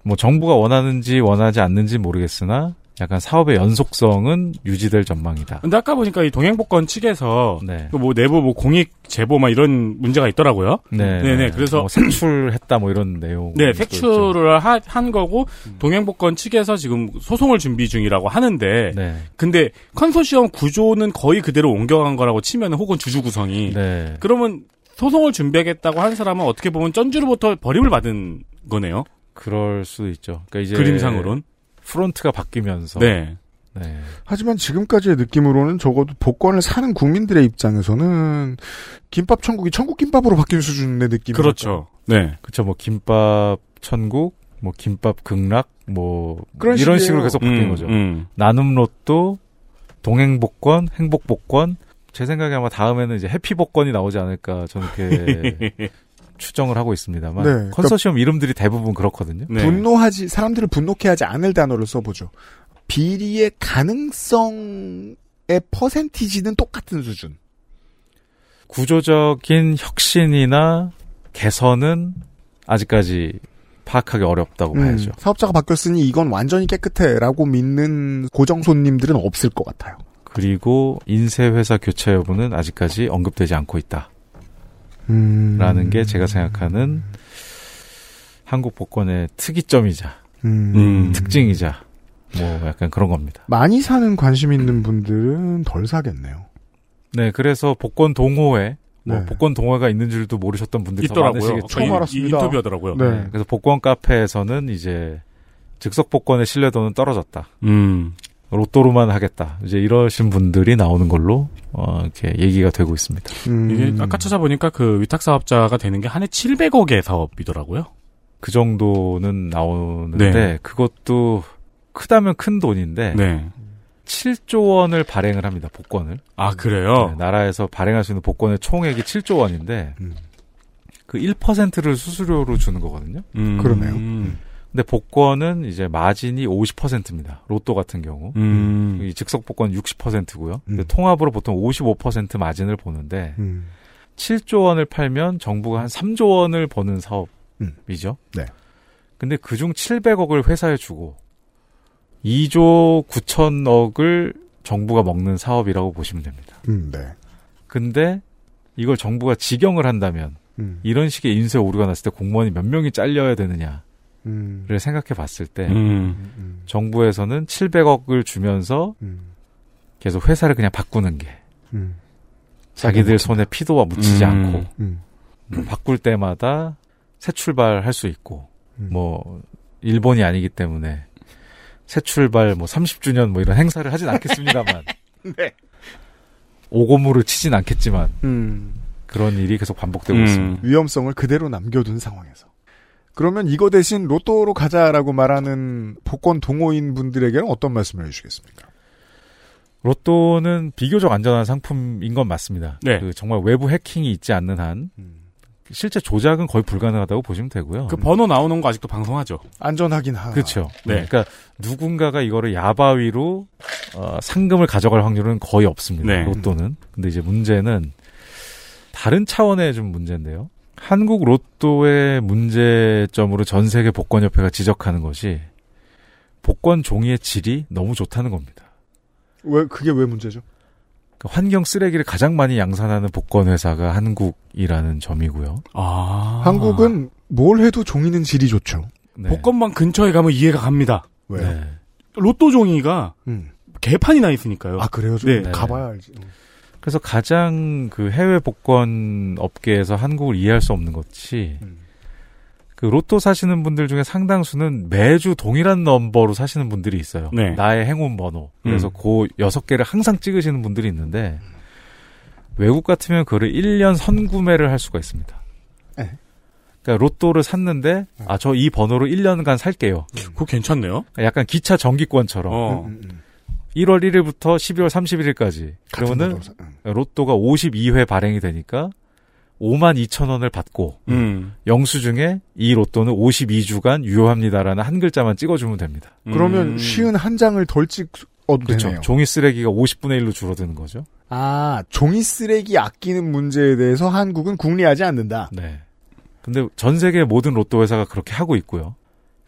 뭐 정부가 원하는지 원하지 않는지 모르겠으나 약간 사업의 연속성은 유지될 전망이다. 근데 아까 보니까 이 동행복권 측에서 그뭐 내부 뭐 공익 제보 막 이런 문제가 있더라고요. 네, 네네. 그래서 뭐 색출했다 뭐 이런 내용. 네, 색출을 그렇죠. 하- 한 거고 음. 동행복권 측에서 지금 소송을 준비 중이라고 하는데 네. 근데 컨소시엄 구조는 거의 그대로 옮겨간 거라고 치면 혹은 주주 구성이 네. 그러면 소송을 준비하겠다고 한 사람은 어떻게 보면 쩐주로부터 버림을 받은 거네요. 그럴 수도 있죠. 그러니까 이제 그림상으론 프론트가 바뀌면서 네. 네. 하지만 지금까지의 느낌으로는 적어도 복권을 사는 국민들의 입장에서는 김밥 천국이 천국 김밥으로 바뀐 수준의 느낌. 네. 그렇죠. 뭐 김밥 천국, 뭐 김밥 극락, 뭐 그런 식이에요. 이런 식으로 계속 바뀐 음, 거죠. 음. 나눔 로또, 동행 복권, 행복 복권. 제 생각에 아마 다음에는 이제 해피 복권이 나오지 않을까 저는 이렇게 추정을 하고 있습니다만 네, 그러니까- 컨소시엄 이름들이 대부분 그렇거든요. 네. 분노하지 사람들을 분노케 하지 않을 단어를 써보죠. 비리의 가능성의 퍼센티지는 똑같은 수준. 구조적인 혁신이나 개선은 아직까지 파악하기 어렵다고 봐야죠. 음, 사업자가 바뀌었으니 이건 완전히 깨끗해라고 믿는 고정 손님들은 없을 것 같아요. 그리고 인쇄 회사 교체 여부는 아직까지 언급되지 않고 있다. 음. 음. 라는 게 제가 생각하는 한국 복권의 특이점이자 음. 특징이자 뭐 약간 그런 겁니다. 많이 사는 관심 있는 분들은 덜 사겠네요. 네, 그래서 복권 동호회 뭐 네. 복권 동호회가 있는 줄도 모르셨던 분들이 더 있더라고요. 많으시겠죠. 처음 아까 인- 알았습니다. 인터뷰하더라고요. 네. 네. 그래서 복권 카페에서는 이제 즉석 복권의 신뢰도는 떨어졌다. 음. 로또로만 하겠다. 이제 이러신 분들이 나오는 걸로 어, 이렇게 얘기가 되고 있습니다. 음. 이게 아까 찾아보니까 그 위탁 사업자가 되는 게 한 해 700억의 사업이더라고요. 그 정도는 나오는데 네. 그것도 크다면 큰 돈인데 네. 7조 원을 발행을 합니다. 복권을. 아, 그래요? 네, 나라에서 발행할 수 있는 복권의 총액이 7조 원인데 음. 그 1%를 수수료로 주는 거거든요. 음. 그러네요. 근데 복권은 이제 마진이 50%입니다. 로또 같은 경우. 음. 이 즉석 복권 60%고요. 근데 통합으로 보통 55% 마진을 보는데 음. 7조 원을 팔면 정부가 한 3조 원을 버는 사업이죠. 음. 네. 근데 그중 700억을 회사에 주고 2조 9천억을 정부가 먹는 사업이라고 보시면 됩니다. 음, 네. 근데 이걸 정부가 직영을 한다면 음. 이런 식의 인쇄 오류가 났을 때 공무원이 몇 명이 잘려야 되느냐. 음. 를 생각해 봤을 때 네. 음. 정부에서는 700억을 주면서 계속 회사를 그냥 바꾸는 게 음. 자기들 손에 피도와 묻히지 음. 않고 음. 뭐 바꿀 때마다 새 출발할 수 있고 뭐 일본이 아니기 때문에 새 출발 뭐 30주년 뭐 이런 행사를 하진 않겠습니다만 네. 오고무를 치진 않겠지만 음. 그런 일이 계속 음. 반복되고 있습니다. 위험성을 그대로 남겨둔 상황에서. 그러면 이거 대신 로또로 가자라고 말하는 복권 동호인 분들에게는 어떤 말씀을 해주시겠습니까? 로또는 비교적 안전한 상품인 건 맞습니다. 네. 그 정말 외부 해킹이 있지 않는 한 음. 실제 조작은 거의 불가능하다고 보시면 되고요. 그 번호 나오는 거 아직도 방송하죠. 안전하긴 하. 그렇죠. 네. 그러니까 누군가가 이거를 야바위로 어, 상금을 가져갈 확률은 거의 없습니다. 네. 로또는. 근데 이제 문제는 다른 차원의 좀 문제인데요. 한국 로또의 문제점으로 전 세계 복권협회가 지적하는 것이 복권 종이의 질이 너무 좋다는 겁니다. 왜 그게 왜 문제죠? 그 환경 쓰레기를 가장 많이 양산하는 복권 회사가 한국이라는 점이고요. 아. 한국은 뭘 해도 종이는 질이 좋죠. 네. 복권방 근처에 가면 이해가 갑니다. 왜? 로또 종이가 개판이 나 있으니까요. 아 그래요? 좀 네. 가봐야 알지. 그래서 가장 그 해외 복권 업계에서 한국을 이해할 수 없는 것이 음. 그 로또 사시는 분들 중에 상당수는 매주 동일한 넘버로 사시는 분들이 있어요. 네. 나의 행운 번호. 그래서 음. 그 여섯 개를 항상 찍으시는 분들이 있는데 외국 같으면 그를 1년 선구매를 할 수가 있습니다. 네. 그러니까 로또를 샀는데 네. 아 저 이 번호로 1년간 살게요. 그거 괜찮네요. 약간 기차 정기권처럼. 어. 음. 1월 1일부터 12월 31일까지. 그러면은 로또가 52회 발행이 되니까 5만 2천 원을 받고 음. 영수 중에 이 로또는 52주간 유효합니다라는 한 글자만 찍어주면 됩니다. 그러면 쉬운 한 장을 덜 찍어도 그렇죠. 되네요. 종이 쓰레기가 50분의 1로 줄어드는 거죠. 아 종이 쓰레기 아끼는 문제에 대해서 한국은 궁리하지 않는다. 네. 근데 전 세계 모든 로또 회사가 그렇게 하고 있고요.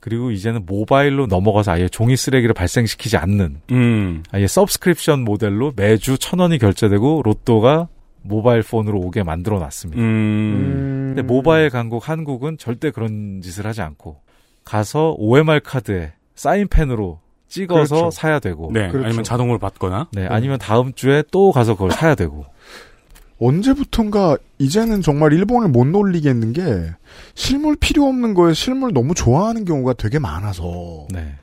그 그리고 이제는 모바일로 넘어가서 아예 종이 쓰레기를 발생시키지 않는 음. 아예 서브스크립션 모델로 매주 천 원이 결제되고 로또가 모바일 폰으로 오게 만들어 놨습니다. 음. 네, 근데 모바일 강국 한국은 절대 그런 짓을 하지 않고 가서 OMR 카드에 사인펜으로 찍어서 그렇죠. 사야 되고 네, 그렇죠. 아니면 자동으로 받거나 네, 아니면 다음 주에 또 가서 그걸 사야 되고 언제부턴가 이제는 정말 일본을 못 놀리겠는 게 실물 필요 없는 거에 실물 너무 좋아하는 경우가 되게 많아서 네.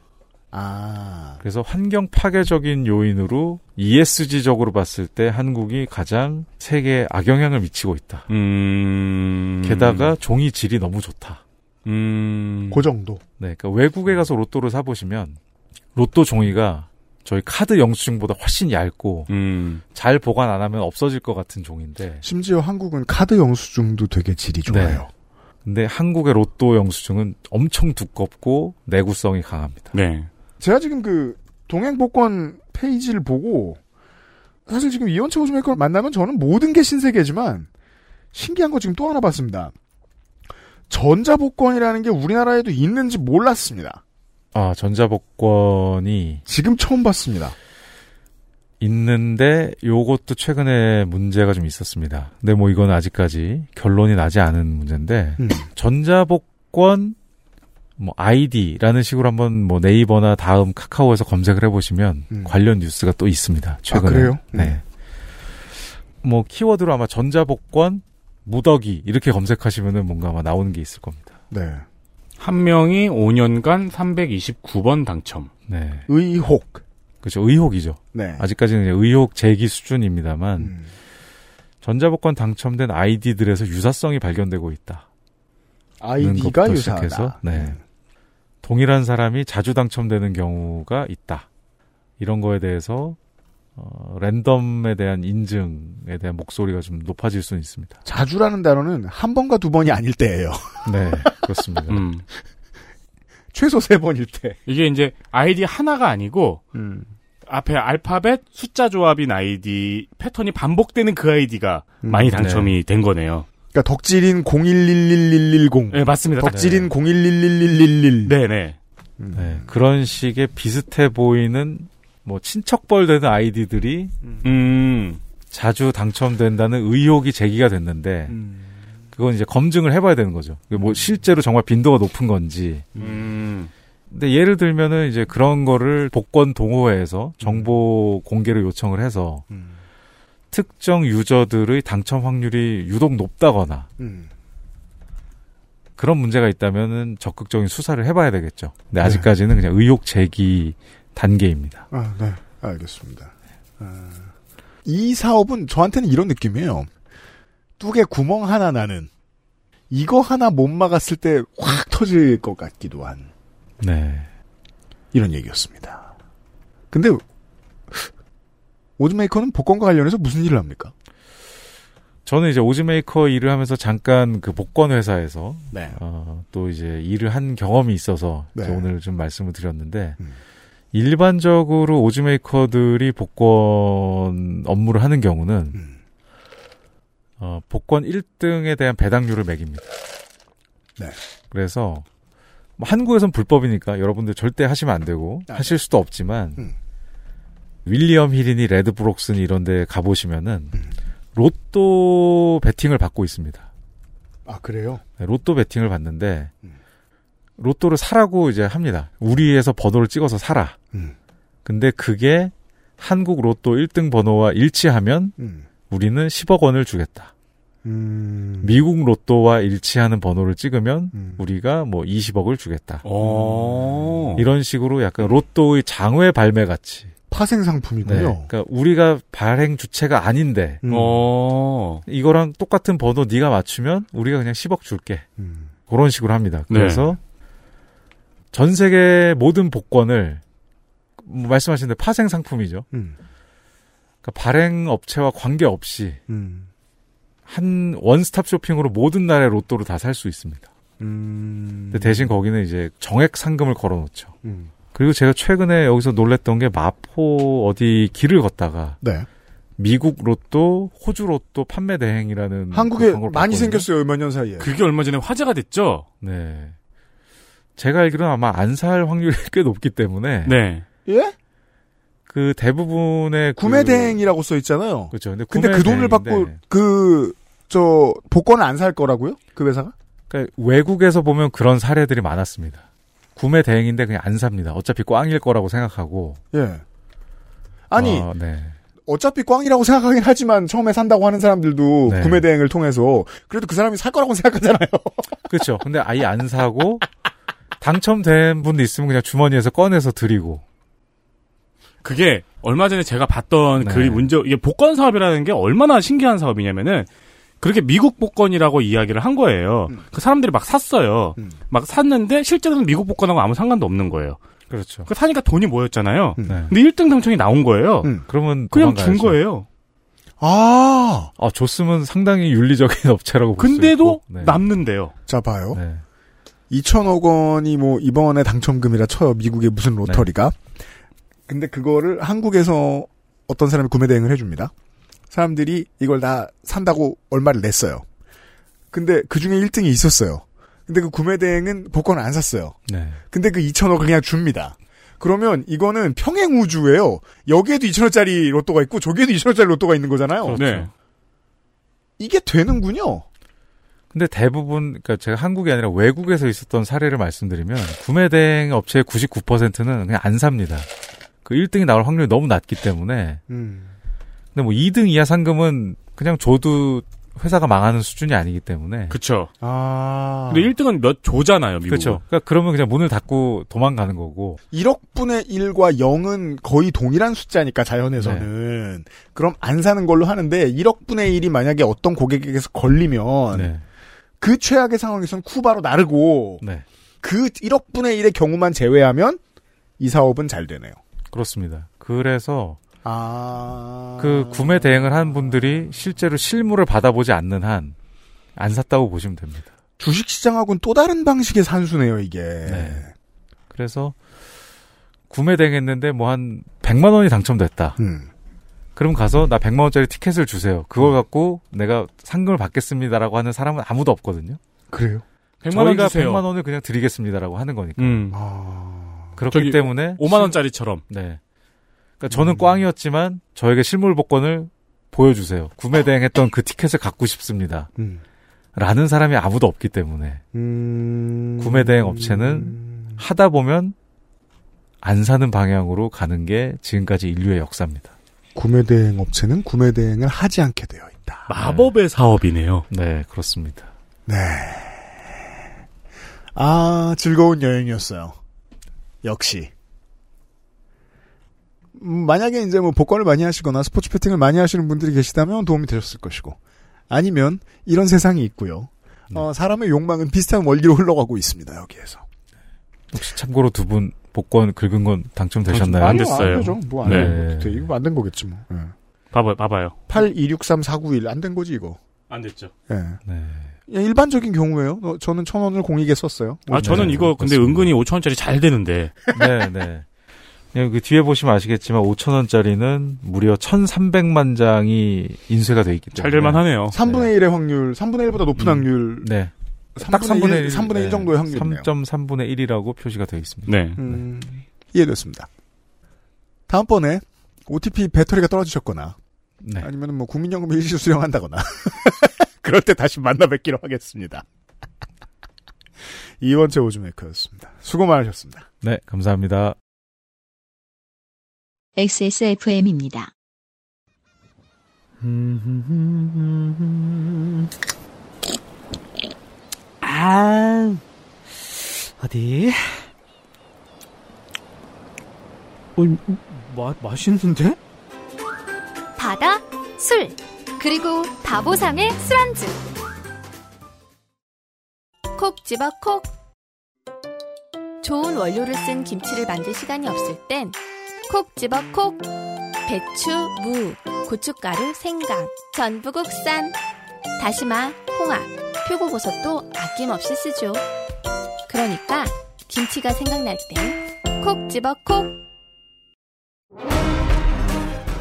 아. 그래서 환경 파괴적인 요인으로 ESG적으로 봤을 때 한국이 가장 세계에 악영향을 미치고 있다. 음. 게다가 종이 질이 너무 좋다. 음. 그 정도. 네, 그러니까 외국에 가서 로또를 사 보시면 로또 종이가 저희 카드 영수증보다 훨씬 얇고 음. 잘 보관 안 하면 없어질 것 같은 종인데 심지어 한국은 카드 영수증도 되게 질이 좋아요. 근데 한국의 로또 영수증은 엄청 두껍고 내구성이 강합니다. 네. 제가 지금 그 동행복권 페이지를 보고 사실 지금 이원채 호주메이커를 만나면 저는 모든 게 신세계지만 신기한 거 지금 또 하나 봤습니다. 전자복권이라는 게 우리나라에도 있는지 몰랐습니다. 아, 전자복권이 지금 처음 봤습니다. 있는데 요것도 최근에 문제가 좀 있었습니다. 근데 뭐 이건 아직까지 결론이 나지 않은 문제인데 전자복권 뭐 아이디라는 식으로 한번 뭐 네이버나 다음 카카오에서 검색을 해 보시면 관련 뉴스가 또 있습니다. 음. 최근에. 아, 그래요? 네. 뭐 키워드로 아마 전자복권 무더기 이렇게 검색하시면은 뭔가 아마 나오는 게 있을 겁니다. 네. 한 명이 5년간 329번 당첨. 네. 의혹. 그렇죠. 의혹이죠. 네. 음. 아직까지는 이제 의혹 제기 수준입니다만 전자복권 당첨된 아이디들에서 유사성이 발견되고 있다. 아이디가 것부터 유사하다. 음. 시작해서, 네. 동일한 사람이 자주 당첨되는 경우가 있다. 이런 거에 대해서 어, 랜덤에 대한 인증에 대한 목소리가 좀 높아질 수는 있습니다. 자주라는 단어는 한 번과 두 번이 아닐 때예요. 네, 그렇습니다. 음. 최소 세 번일 때. 음. 이게 이제 아이디 하나가 아니고 음. 앞에 알파벳 숫자 조합인 아이디 패턴이 반복되는 그 아이디가 많이 당첨이 된 거네요. 음. 그러니까 덕질인 0111110. 네, 맞습니다. 덕질인 음. 0111111. 네, 네. 네, 그런 식의 비슷해 보이는 뭐 친척벌 되는 아이디들이 음. 자주 당첨된다는 의혹이 제기가 됐는데 그건 이제 검증을 해봐야 되는 거죠. 이게 뭐 실제로 정말 빈도가 높은 건지. 음. 근데 예를 들면은 이제 그런 거를 복권 동호회에서 정보 공개를 요청을 해서 특정 유저들의 당첨 확률이 유독 높다거나 음. 그런 문제가 있다면은 적극적인 수사를 해봐야 되겠죠. 근데 아직까지는 그냥 의혹 제기 단계입니다. 아, 네. 알겠습니다. 아, 이 사업은 저한테는 이런 느낌이에요. 뚝에 구멍 하나 나는 이거 하나 못 막았을 때 확 터질 것 같기도 한 네. 이런 얘기였습니다. 근데 오즈메이커는 복권과 관련해서 무슨 일을 합니까? 저는 이제 오즈메이커 일을 하면서 잠깐 그 복권 회사에서 네. 어, 또 이제 일을 한 경험이 있어서 네. 음. 이제 오늘 좀 말씀을 드렸는데 일반적으로 오즈메이커들이 복권 업무를 하는 경우는 음. 어, 복권 1등에 대한 배당률을 매깁니다. 네. 그래서 뭐 한국에선 불법이니까 여러분들 절대 하시면 안 되고 아, 네. 하실 수도 없지만 음. 윌리엄 힐이니 레드브록슨이 이런 데 가보시면은 로또 베팅을 받고 있습니다. 아, 그래요? 네, 로또 베팅을 받는데 음. 로또를 사라고 이제 합니다. 우리에서 번호를 찍어서 사라. 음. 근데 그게 한국 로또 1등 번호와 일치하면 음. 우리는 10억 원을 주겠다. 음. 미국 로또와 일치하는 번호를 찍으면 우리가 뭐 20억을 주겠다. 어. 어. 이런 식으로 약간 로또의 장외 발매 같이. 파생 네, 어. 상품이군요. 그러니까 우리가 발행 주체가 아닌데 음. 어. 이거랑 똑같은 번호 네가 맞추면 우리가 그냥 10억 줄게. 음. 그런 식으로 합니다. 네. 그래서 전 세계 모든 복권을 뭐 말씀하신 대로 파생 상품이죠. 음. 그러니까 발행 업체와 관계없이 음. 한 원스톱 쇼핑으로 모든 날의 로또를 다 살 수 있습니다. 근데 대신 거기는 이제 정액 상금을 걸어놓죠. 음. 그리고 제가 최근에 여기서 놀랬던 게 마포 어디 길을 걷다가 네. 미국 로또, 호주 로또 판매 대행이라는 한국에 음, 그런 걸 많이 봤거든요. 생겼어요, 몇 년 사이에. 그게 얼마 전에 화제가 됐죠? 네. 제가 알기로는 아마 안 살 확률이 꽤 높기 때문에 네. 예? 그 대부분의 그- 구매 대행이라고 써 있잖아요. 그렇죠. 근데, 근데 구매 그 돈을 받고 대행인데 네. 그 저 복권을 안 살 거라고요? 그 회사가? 그러니까 외국에서 보면 그런 사례들이 많았습니다. 구매 대행인데 그냥 안 삽니다. 어차피 꽝일 거라고 생각하고. 예. 아니 어, 네. 어차피 꽝이라고 생각하긴 하지만 처음에 산다고 하는 사람들도 네. 구매 대행을 통해서 그래도 그 사람이 살 거라고 생각하잖아요. 그렇죠. 근데 아예 안 사고 당첨된 분도 있으면 그냥 주머니에서 꺼내서 드리고. 그게 얼마 전에 제가 봤던 네. 글이 문제 이게 복권 사업이라는 게 얼마나 신기한 사업이냐면은 그렇게 미국 복권이라고 이야기를 한 거예요. 음. 그 사람들이 막 샀어요. 막 샀는데 실제로는 미국 복권하고 아무 상관도 없는 거예요. 그렇죠. 그 사니까 돈이 모였잖아요. 음. 네. 근데 1등 당첨이 나온 거예요. 그러면 그냥 음. 도망가야죠. 준 거예요. 아. 아, 줬으면 상당히 윤리적인 업체라고 네. 볼수 근데도 남는데요. 자 봐요. 2천억 원이 뭐 이번에 당첨금이라 쳐요. 미국의 무슨 로터리가. 근데 그거를 한국에서 어떤 사람이 구매 대행을 해줍니다. 사람들이 이걸 다 산다고 얼마를 냈어요. 근데 그 중에 1등이 있었어요. 근데 그 구매 대행은 복권을 안 샀어요. 네. 근데 그 2천억을 그냥 줍니다. 그러면 이거는 평행 우주예요. 여기에도 2천억짜리 로또가 있고 저기에도 2천억짜리 로또가 있는 그렇죠. 거잖아요. 네. 이게 되는군요. 근데 대부분 그러니까 제가 한국이 아니라 외국에서 있었던 사례를 말씀드리면 구매 대행 업체의 99%는 그냥 안 삽니다. 그 1등이 나올 확률이 너무 낮기 때문에 음, 근데 뭐 2등 이하 상금은 그냥 줘도 회사가 망하는 수준이 아니기 때문에 그렇죠. 아. 근데 1등은 몇 조잖아요, 미국. 그렇죠. 그러니까 그러면 그냥 문을 닫고 도망가는 거고 1억분의 1과 0은 거의 동일한 숫자니까 자연에서는 그럼 안 사는 걸로 하는데 1억분의 1이 만약에 어떤 고객에게서 아, 걸리면 네. 그 최악의 상황에선 쿠바로 나르고 네. 그 1억분의 1의 경우만 제외하면 이 사업은 잘 되네요. 그렇습니다. 그래서 아. 그 구매 대행을 한 분들이 실제로 실물을 받아보지 않는 한 안 샀다고 보시면 됩니다. 주식시장하고는 또 다른 방식의 산수네요, 이게. 예. 그래서 구매 대행했는데 뭐 한 100만 원이 당첨됐다. 음. 그럼 가서 나 100만 원짜리 티켓을 주세요. 음. 그걸 갖고 내가 상금을 받겠습니다라고 하는 사람은 아무도 없거든요. 그래요? 100만 원 저희가 주세요. 100만 원을 그냥 드리겠습니다라고 하는 거니까. 음. 아, 그렇기 저기 때문에 5만 원짜리처럼. 음. 네. 그러니까 저는 꽝이었지만 저에게 실물 복권을 보여주세요. 구매 대행했던 그 티켓을 갖고 싶습니다. 음. 라는 사람이 아무도 없기 때문에 음. 구매 대행 업체는 음. 하다 보면 안 사는 방향으로 가는 게 지금까지 인류의 역사입니다. 구매 대행 업체는 구매 대행을 하지 않게 돼요. 마법의 사업이네요. 네, 그렇습니다. 아, 즐거운 여행이었어요. 역시. 음, 만약에 이제 뭐 복권을 많이 하시거나 스포츠 배팅을 많이 하시는 분들이 계시다면 도움이 되셨을 것이고. 아니면 이런 세상이 있고요. 어, 사람의 욕망은 비슷한 원리로 흘러가고 있습니다, 여기에서. 혹시 참고로 두 분 복권 긁은 건 당첨되셨나요? 아니요, 안 되죠. 뭐안 네. 네. 이거 만든 거겠지 뭐. 봐봐, 봐봐요. 8263491 안 된 거지 이거. 안 됐죠. 예. 네. 예, 일반적인 경우예요. 어, 저는 천 원을 공익에 썼어요. 네, 아, 저는 이거 근데 은근히 5천 원짜리 잘 되는데. 네, 네. 예, 그 뒤에 보시면 아시겠지만 5천 원짜리는 무려 1,300만 장이 인쇄가 돼 있기 때문에 잘 될만 어, 하네요. 3분의 1의 확률, 3분의 1보다 높은 확률. 네. 음. 딱 3분의 1, 3분의 1 정도의 확률이네요. 3.3분의 1이라고 표시가 되어 있습니다. 네. 음, 이해됐습니다. 다음번에 OTP 배터리가 떨어지셨거나 네. 아니면 뭐 국민연금 일시 수령한다거나 그럴 때 다시 만나 뵙기로 하겠습니다. 이원채 오즈메이커였습니다. 수고 많으셨습니다. 네, 감사합니다. XSFM입니다. 아, 어디? 어, 마, 맛있는데? 바다, 술, 그리고 바보상의 술안주. 콕 집어 콕. 좋은 원료를 쓴 김치를 만들 시간이 없을 땐 콕 집어 콕. 배추, 무, 고춧가루, 생강, 전부 국산. 다시마, 홍합, 표고버섯도 아낌없이 쓰죠. 그러니까 김치가 생각날 땐 콕 집어 콕.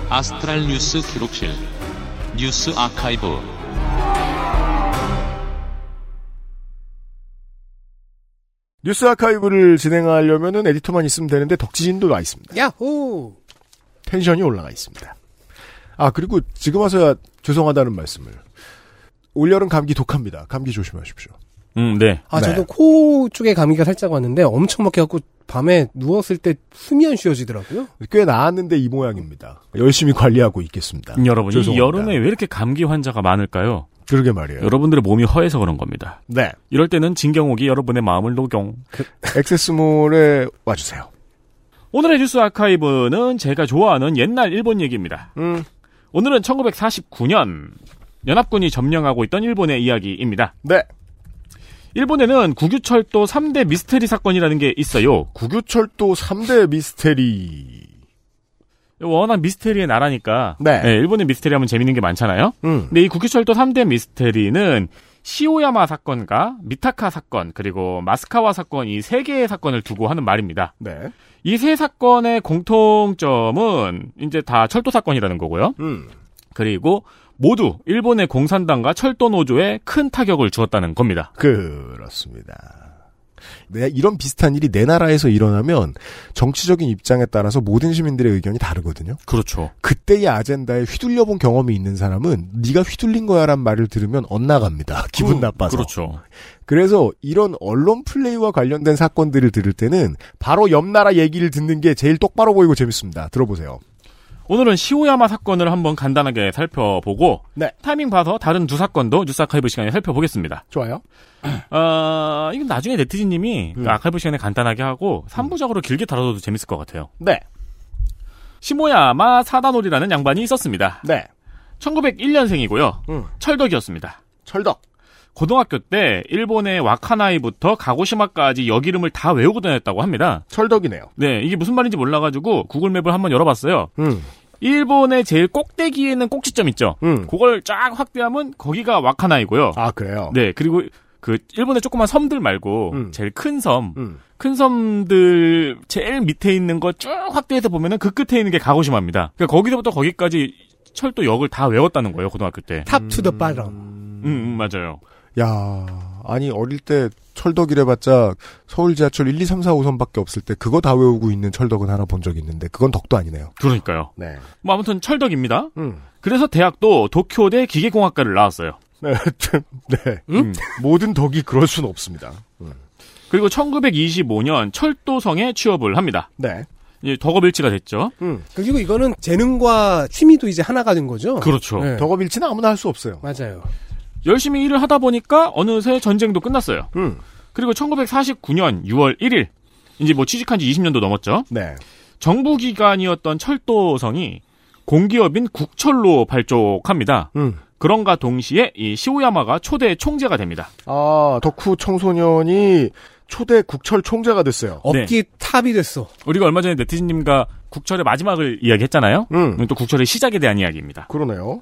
아스트랄 뉴스 기록실 뉴스 아카이브 뉴스 아카이브를 진행하려면은 에디터만 있으면 되는데 덕지진도 와 있습니다. 야호! 텐션이 올라가 있습니다. 아 그리고 지금 와서야 죄송하다는 말씀을 올여름 감기 독합니다. 감기 조심하십시오. 음, 네. 아, 저도 코 쪽에 감기가 살짝 왔는데 엄청 막혀갖고 밤에 누웠을 때 숨이 안 쉬어지더라고요. 꽤 나았는데 이 모양입니다. 열심히 관리하고 있겠습니다. 음, 여러분, 이 죄송합니다. 여름에 왜 이렇게 감기 환자가 많을까요? 그러게 네. 말이에요. 여러분들의 몸이 허해서 그런 겁니다. 네. 이럴 때는 진경옥이 여러분의 마음을 녹용. 액세스몰에 와주세요. 오늘의 뉴스 아카이브는 제가 좋아하는 옛날 일본 얘기입니다. 음. 오늘은 1949년 연합군이 점령하고 있던 일본의 이야기입니다. 네. 일본에는 구규철도 3대 미스테리 사건이라는 게 있어요. 구규철도 3대 미스테리. 워낙 미스테리의 나라니까 네. 예, 일본의 미스테리 하면 재밌는 게 많잖아요. 음. 근데 네, 이 구규철도 3대 미스테리는 시오야마 사건과 미타카 사건 그리고 마스카와 사건 이 세 개의 사건을 두고 하는 말입니다. 네. 이 세 사건의 공통점은 이제 다 철도 사건이라는 거고요. 음. 그리고 모두 일본의 공산당과 철도 노조에 큰 타격을 주었다는 겁니다. 그렇습니다. 내- 이런 비슷한 일이 내 나라에서 일어나면 정치적인 입장에 따라서 모든 시민들의 의견이 다르거든요. 그렇죠. 그때의 아젠다에 휘둘려 본 경험이 있는 사람은 네가 휘둘린 거야란 말을 들으면 엇나갑니다. 기분 나빠서. 그렇죠. 그래서 이런 언론 플레이와 관련된 사건들을 들을 때는 바로 옆 나라 얘기를 듣는 게 제일 똑바로 보이고 재밌습니다. 들어보세요. 오늘은 시오야마 사건을 한번 간단하게 살펴보고 네. 타이밍 봐서 다른 두 사건도 뉴스 아카이브 시간에 살펴보겠습니다. 좋아요. 어, 이건 나중에 네티즌님이 음. 그 아카이브 시간에 간단하게 하고 3부작으로 길게 다뤄도 재밌을 것 같아요. 네. 시모야마 사다놀이라는 양반이 있었습니다. 네. 1901년생이고요. 음. 철덕이었습니다. 철덕. 고등학교 때 일본의 와카나이부터 가고시마까지 역 이름을 다 외우고 다녔다고 합니다. 철덕이네요. 네, 이게 무슨 말인지 몰라가지고 구글맵을 한번 열어봤어요. 음. 일본의 제일 꼭대기에 있는 꼭지점 있죠. 음. 그걸 쫙 확대하면 거기가 와카나이고요. 아 음. 그래요. 네, 그리고 그 일본의 조그만 섬들 말고 제일 큰 네. 섬, 음. 큰 섬들 제일 밑에 있는 거 쭉 확대해서 보면은 그 끝에 있는 게 가고시마입니다. 그러니까 거기서부터 거기까지 철도역을 다 외웠다는 거예요 고등학교 때. 탑 투 더 바람. 음, 음, 맞아요. 야, 아니 어릴 때 철덕이래봤자 서울 지하철 1, 2, 3, 4, 5선밖에 없을 때 그거 다 외우고 있는 철덕은 하나 본 적이 있는데 그건 덕도 아니네요. 음. 그러니까요. 네. 뭐 아무튼 철덕입니다. 그래서 대학도 도쿄대 기계공학과를 나왔어요. 네, 참, 네. 모든 덕이 그럴 수는 없습니다. 그리고 1925년 철도성에 취업을 합니다. 네. 이제 덕업일치가 됐죠. 그리고 이거는 재능과 취미도 이제 하나가 된 거죠? 그렇죠. 네. 덕업일치는 아무나 할 수 없어요. 맞아요. 열심히 일을 하다 보니까 어느새 전쟁도 끝났어요. 그리고 1949년 6월 1일, 이제 뭐 취직한 지 20년도 넘었죠. 네. 정부기관이었던 철도성이 공기업인 국철로 발족합니다. 그런가 동시에 이 시오야마가 초대 총재가 됩니다. 아, 덕후 청소년이 초대 국철 총재가 됐어요. 업계 탑이 됐어. 우리가 얼마 전에 네티즌님과 국철의 마지막을 이야기했잖아요. 음. 또 국철의 시작에 대한 이야기입니다. 그러네요.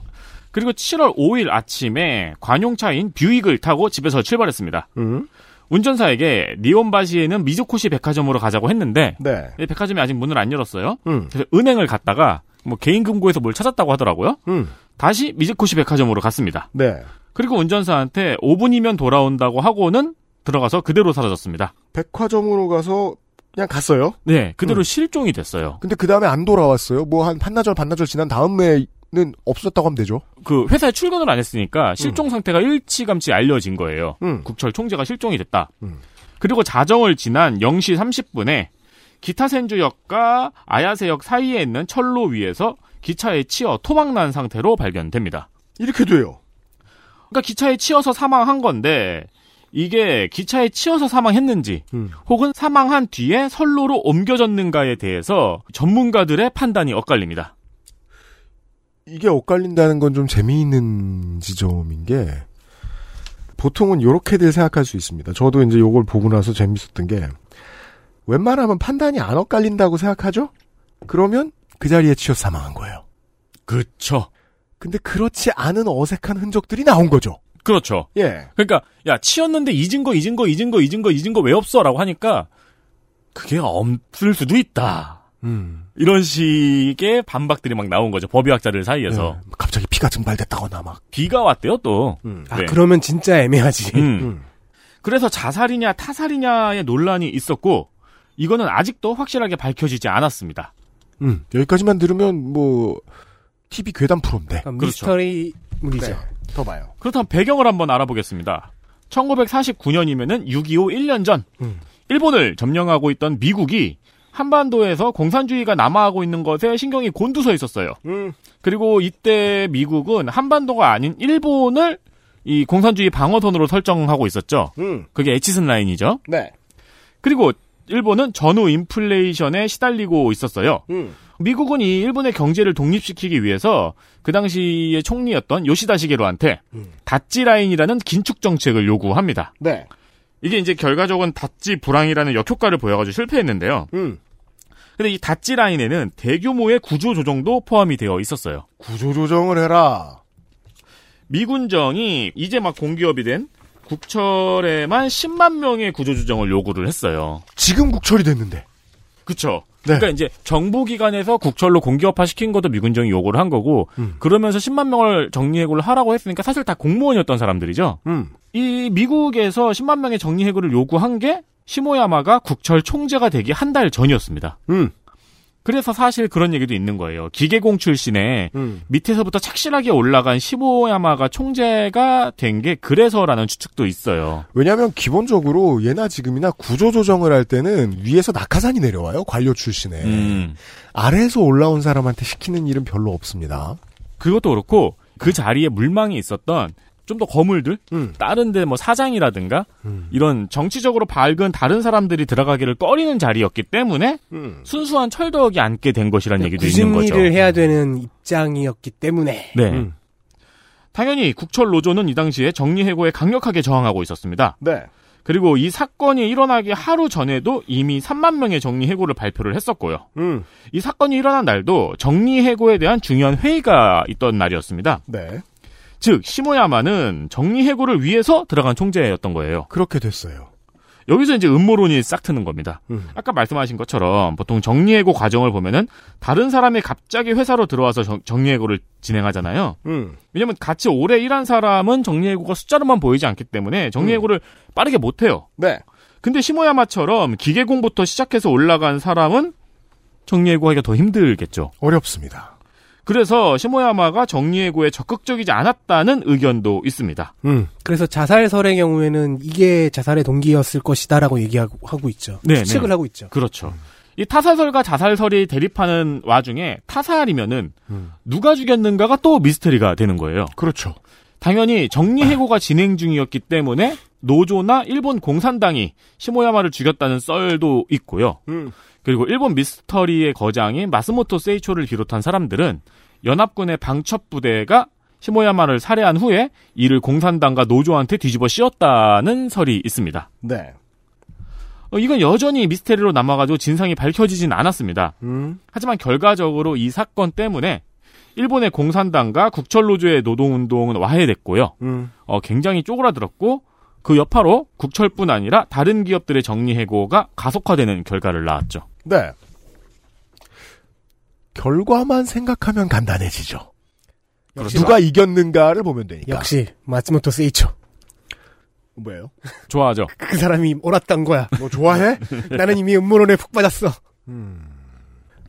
그리고 7월 5일 아침에 관용차인 뷰익을 타고 집에서 출발했습니다. 음. 운전사에게 니온바시에는 미즈코시 백화점으로 가자고 했는데 네. 이 백화점이 아직 문을 안 열었어요. 음. 그래서 은행을 갔다가 뭐 개인 금고에서 뭘 찾았다고 하더라고요. 다시 미즈코시 백화점으로 갔습니다. 네. 그리고 운전사한테 5분이면 돌아온다고 하고는 들어가서 그대로 사라졌습니다. 백화점으로 가서 그냥 갔어요. 네, 그대로 음. 실종이 됐어요. 근데 그 다음에 안 돌아왔어요. 뭐 한 반나절 반나절 지난 다음에는 없어졌다고 하면 되죠. 그 회사에 출근을 안 했으니까 실종 상태가 일찌감치 알려진 거예요. 음. 그, 국철 총재가 실종이 됐다. 그리고 자정을 지난 0시 30분에 기타센주역과 아야세역 사이에 있는 철로 위에서 기차에 치여 토막난 상태로 발견됩니다. 이렇게 돼요. 그러니까 기차에 치여서 사망한 건데 이게 기차에 치여서 사망했는지 음. 혹은 사망한 뒤에 선로로 옮겨졌는가에 대해서 전문가들의 판단이 엇갈립니다. 이게 엇갈린다는 건 좀 재미있는 지점인 게 보통은 요렇게들 생각할 수 있습니다. 저도 이제 요걸 보고 나서 재밌었던 게 웬만하면 판단이 안 엇갈린다고 생각하죠? 그러면 그 자리에 치여 사망한 거예요. 그쵸. 근데 그렇지 않은 어색한 흔적들이 나온 거죠. 그렇죠. 예. 그러니까 야 치였는데 잊은 거 잊은 거 잊은 거 잊은 거 잊은 거 왜 없어라고 하니까 그게 없을 수도 있다. 음. 이런 식의 반박들이 막 나온 거죠. 법의학자들 사이에서 예. 갑자기 피가 증발됐다거나 막 비가 왔대요 또. 음. 네. 음. 아, 그러면 진짜 애매하지. 음. 그래서 자살이냐 타살이냐의 논란이 있었고 이거는 아직도 확실하게 밝혀지지 않았습니다. 음, 여기까지만 들으면 뭐 TV 괴담 프로인데. 그렇죠. 미스터리물이죠. 네. 더 봐요. 그렇다면 배경을 한번 알아보겠습니다. 1949년이면은 6.25 1년 전 일본을 점령하고 있던 미국이 한반도에서 공산주의가 남하하고 있는 것에 신경이 곤두서 있었어요. 그리고 이때 미국은 한반도가 아닌 일본을 이 공산주의 방어선으로 설정하고 있었죠. 그게 에치슨 라인이죠. 네. 그리고 일본은 전후 인플레이션에 시달리고 있었어요. 미국은 이 일본의 경제를 독립시키기 위해서 그 당시의 총리였던 요시다 시게로한테 닷지 라인이라는 긴축 정책을 요구합니다. 네. 이게 이제 결과적은 닷지 불황이라는 역효과를 보여가지고 실패했는데요. 음. 근데 이 닷지 라인에는 대규모의 구조 조정도 포함이 되어 있었어요. 구조 조정을 해라. 미군정이 이제 막 공기업이 된 국철에만 10만 명의 구조 조정을 요구를 했어요. 지금 국철이 됐는데. 그쵸. 네. 그러니까 이제 정부기관에서 국철로 공기업화 시킨 것도 미군정이 요구를 한 거고 음. 그러면서 10만 명을 정리해고를 하라고 했으니까 사실 다 공무원이었던 사람들이죠. 이 미국에서 10만 명의 정리해고를 요구한 게 시모야마가 국철 총재가 되기 한 달 전이었습니다. 음. 그래서 사실 그런 얘기도 있는 거예요. 기계공 출신에 음. 밑에서부터 착실하게 올라간 시모야마가 총재가 된 게 그래서라는 추측도 있어요. 왜냐하면 기본적으로 예나 지금이나 구조 조정을 할 때는 위에서 낙하산이 내려와요. 관료 네. 출신에 음. 아래에서 올라온 사람한테 시키는 일은 별로 없습니다. 그것도 그렇고 그 자리에 물망이 있었던 좀 더 거물들 음. 다른데 뭐 사장이라든가 이런 정치적으로 밝은 다른 사람들이 들어가기를 꺼리는 자리였기 때문에 음. 순수한 철덕이 앉게 된 것이라는 얘기도 있는 굳은 거죠. 일을 네, 해야 음. 되는 입장이었기 때문에. 네. 음. 당연히 국철 노조는 이 당시에 정리해고에 강력하게 저항하고 있었습니다. 네. 그리고 이 사건이 일어나기 하루 전에도 이미 3만 명의 정리해고를 발표를 했었고요. 음. 이 사건이 일어난 날도 정리해고에 대한 중요한 회의가 있던 날이었습니다. 네. 즉 시모야마는 정리해고를 위해서 들어간 총재였던 거예요. 그렇게 됐어요. 여기서 이제 음모론이 싹 트는 겁니다. 음. 아까 말씀하신 것처럼 보통 정리해고 과정을 보면은 다른 사람이 갑자기 회사로 들어와서 정, 정리해고를 진행하잖아요. 음. 왜냐면 같이 오래 일한 사람은 정리해고가 숫자로만 보이지 않기 때문에 정리해고를 빠르게 못해요. 네. 근데 시모야마처럼 기계공부터 시작해서 올라간 사람은 정리해고하기가 더 힘들겠죠. 어렵습니다. 그래서 시모야마가 정리해고에 적극적이지 않았다는 의견도 있습니다. 음. 그래서 자살설의 경우에는 이게 자살의 동기였을 것이다라고 얘기하고 하고 있죠. 네, 추측을 하고 있죠. 그렇죠. 이 타사설과 자살설이 대립하는 와중에 타살이면은 누가 죽였는가가 또 미스터리가 되는 거예요. 그렇죠. 당연히 정리해고가 진행 중이었기 때문에 노조나 일본 공산당이 시모야마를 죽였다는 썰도 있고요. 음. 그리고 일본 미스터리의 거장인 마스모토 세이초를 비롯한 사람들은 연합군의 방첩 부대가 시모야마를 살해한 후에 이를 공산당과 노조한테 뒤집어 씌웠다는 설이 있습니다. 네. 어, 이건 여전히 미스테리로 남아가지고 진상이 밝혀지진 않았습니다. 음. 하지만 결과적으로 이 사건 때문에 일본의 공산당과 국철노조의 노동운동은 와해됐고요. 음. 어, 굉장히 쪼그라들었고 그 여파로 국철뿐 아니라 다른 기업들의 정리해고가 가속화되는 결과를 낳았죠. 네. 결과만 생각하면 간단해지죠. 그렇죠. 누가 이겼는가를 보면 그러니까. 되니까. 역시 마츠모토 세이초. 뭐예요? 좋아하죠. 그 사람이 옳았던 거야. 뭐 좋아해? 나는 이미 음모론에 푹 빠졌어. 음.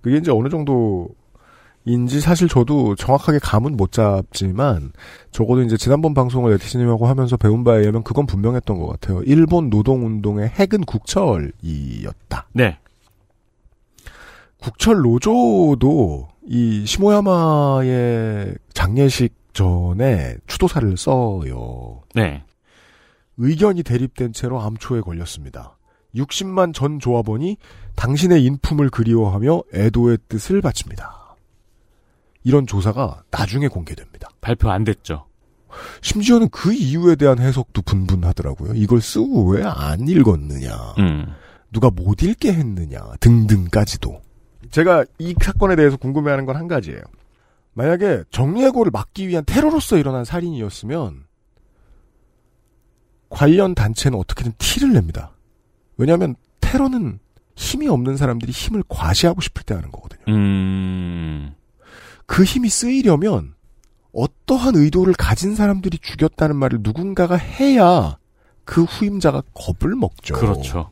그게 이제 어느 정도인지 사실 저도 정확하게 감은 못 잡지만 적어도 이제 지난번 방송을 에티스님하고 하면서 배운 바에 의하면 그건 분명했던 것 같아요. 일본 노동운동의 핵은 국철이었다. 네. 국철 노조도 이 시모야마의 장례식 전에 추도사를 써요. 네. 의견이 대립된 채로 암초에 걸렸습니다. 60만 전 조합원이 당신의 인품을 그리워하며 애도의 뜻을 바칩니다. 이런 조사가 나중에 공개됩니다. 발표 안 됐죠. 심지어는 그 이유에 대한 해석도 분분하더라고요. 이걸 쓰고 왜 안 읽었느냐, 음. 누가 못 읽게 했느냐 등등까지도. 제가 이 사건에 대해서 궁금해하는 건 한 가지예요. 만약에 정리해고를 막기 위한 테러로서 일어난 살인이었으면 관련 단체는 어떻게든 티를 냅니다. 왜냐하면 테러는 힘이 없는 사람들이 힘을 과시하고 싶을 때 하는 거거든요. 음. 그 힘이 쓰이려면 어떠한 의도를 가진 사람들이 죽였다는 말을 누군가가 해야 그 후임자가 겁을 먹죠. 그렇죠.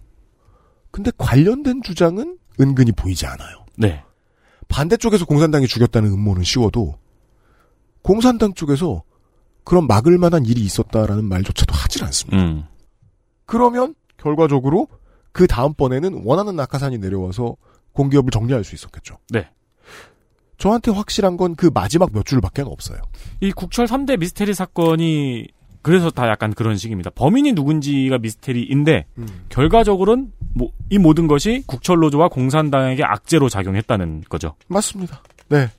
근데 관련된 주장은 은근히 보이지 않아요. 네. 반대쪽에서 공산당이 죽였다는 음모는 쉬워도 공산당 쪽에서 그런 막을 만한 일이 있었다라는 말조차도 하질 않습니다. 음. 그러면 결과적으로 그 다음번에는 원하는 낙하산이 내려와서 공기업을 정리할 수 있었겠죠. 네. 저한테 확실한 건 그 마지막 몇 줄밖에 없어요. 이 국철 3대 미스테리 사건이 그래서 다 약간 그런 식입니다. 범인이 누군지가 미스테리인데 음. 결과적으로는 뭐 이 모든 것이 국철 노조와 공산당에게 악재로 작용했다는 거죠. 맞습니다. 네.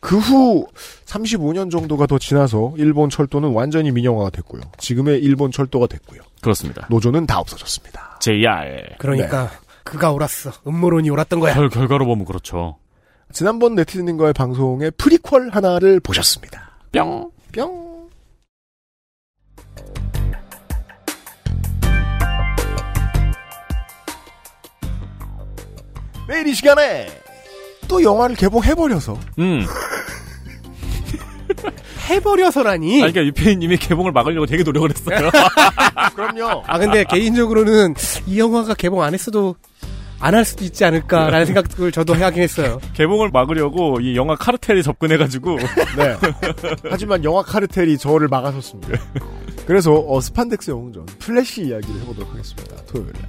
그 후 35년 정도가 더 지나서 일본 철도는 완전히 민영화가 됐고요. 지금의 일본 철도가 됐고요. 그렇습니다. 노조는 다 없어졌습니다. JR. 그러니까 네. 그가 옳았어. 음모론이 옳았던 거야. 결, 결과로 보면 그렇죠. 지난번 네티즌님과의 방송에 프리퀄 하나를 보셨습니다. 뿅. 뿅. 매일 이 시간에 또 영화를 개봉해버려서 음. 해버려서라니. 아, 그러니까 유피님이 개봉을 막으려고 되게 노력을 했어요. 그럼요. 아 근데 개인적으로는 이 영화가 개봉 안 했어도 안 할 수도 있지 네. 않을까라는 생각을 저도 하긴 했어요. 개봉을 막으려고 이 영화 카르텔에 접근해가지고 네. 하지만 영화 카르텔이 저를 막아섰습니다. 그래서 어, 스판덱스 영웅전 플래시 이야기를 해보도록 하겠습니다. 토요일에.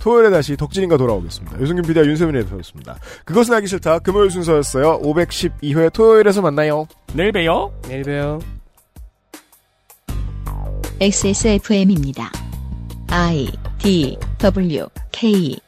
토요일에 다시 덕진인가 돌아오겠습니다. 유승균 PD와 윤세민 에디터였습니다. 그것은 알기 싫다. 금요일 순서였어요. 512회 토요일에서 만나요. 내일 봬요. 내일 봬요. XSFM입니다. I D W K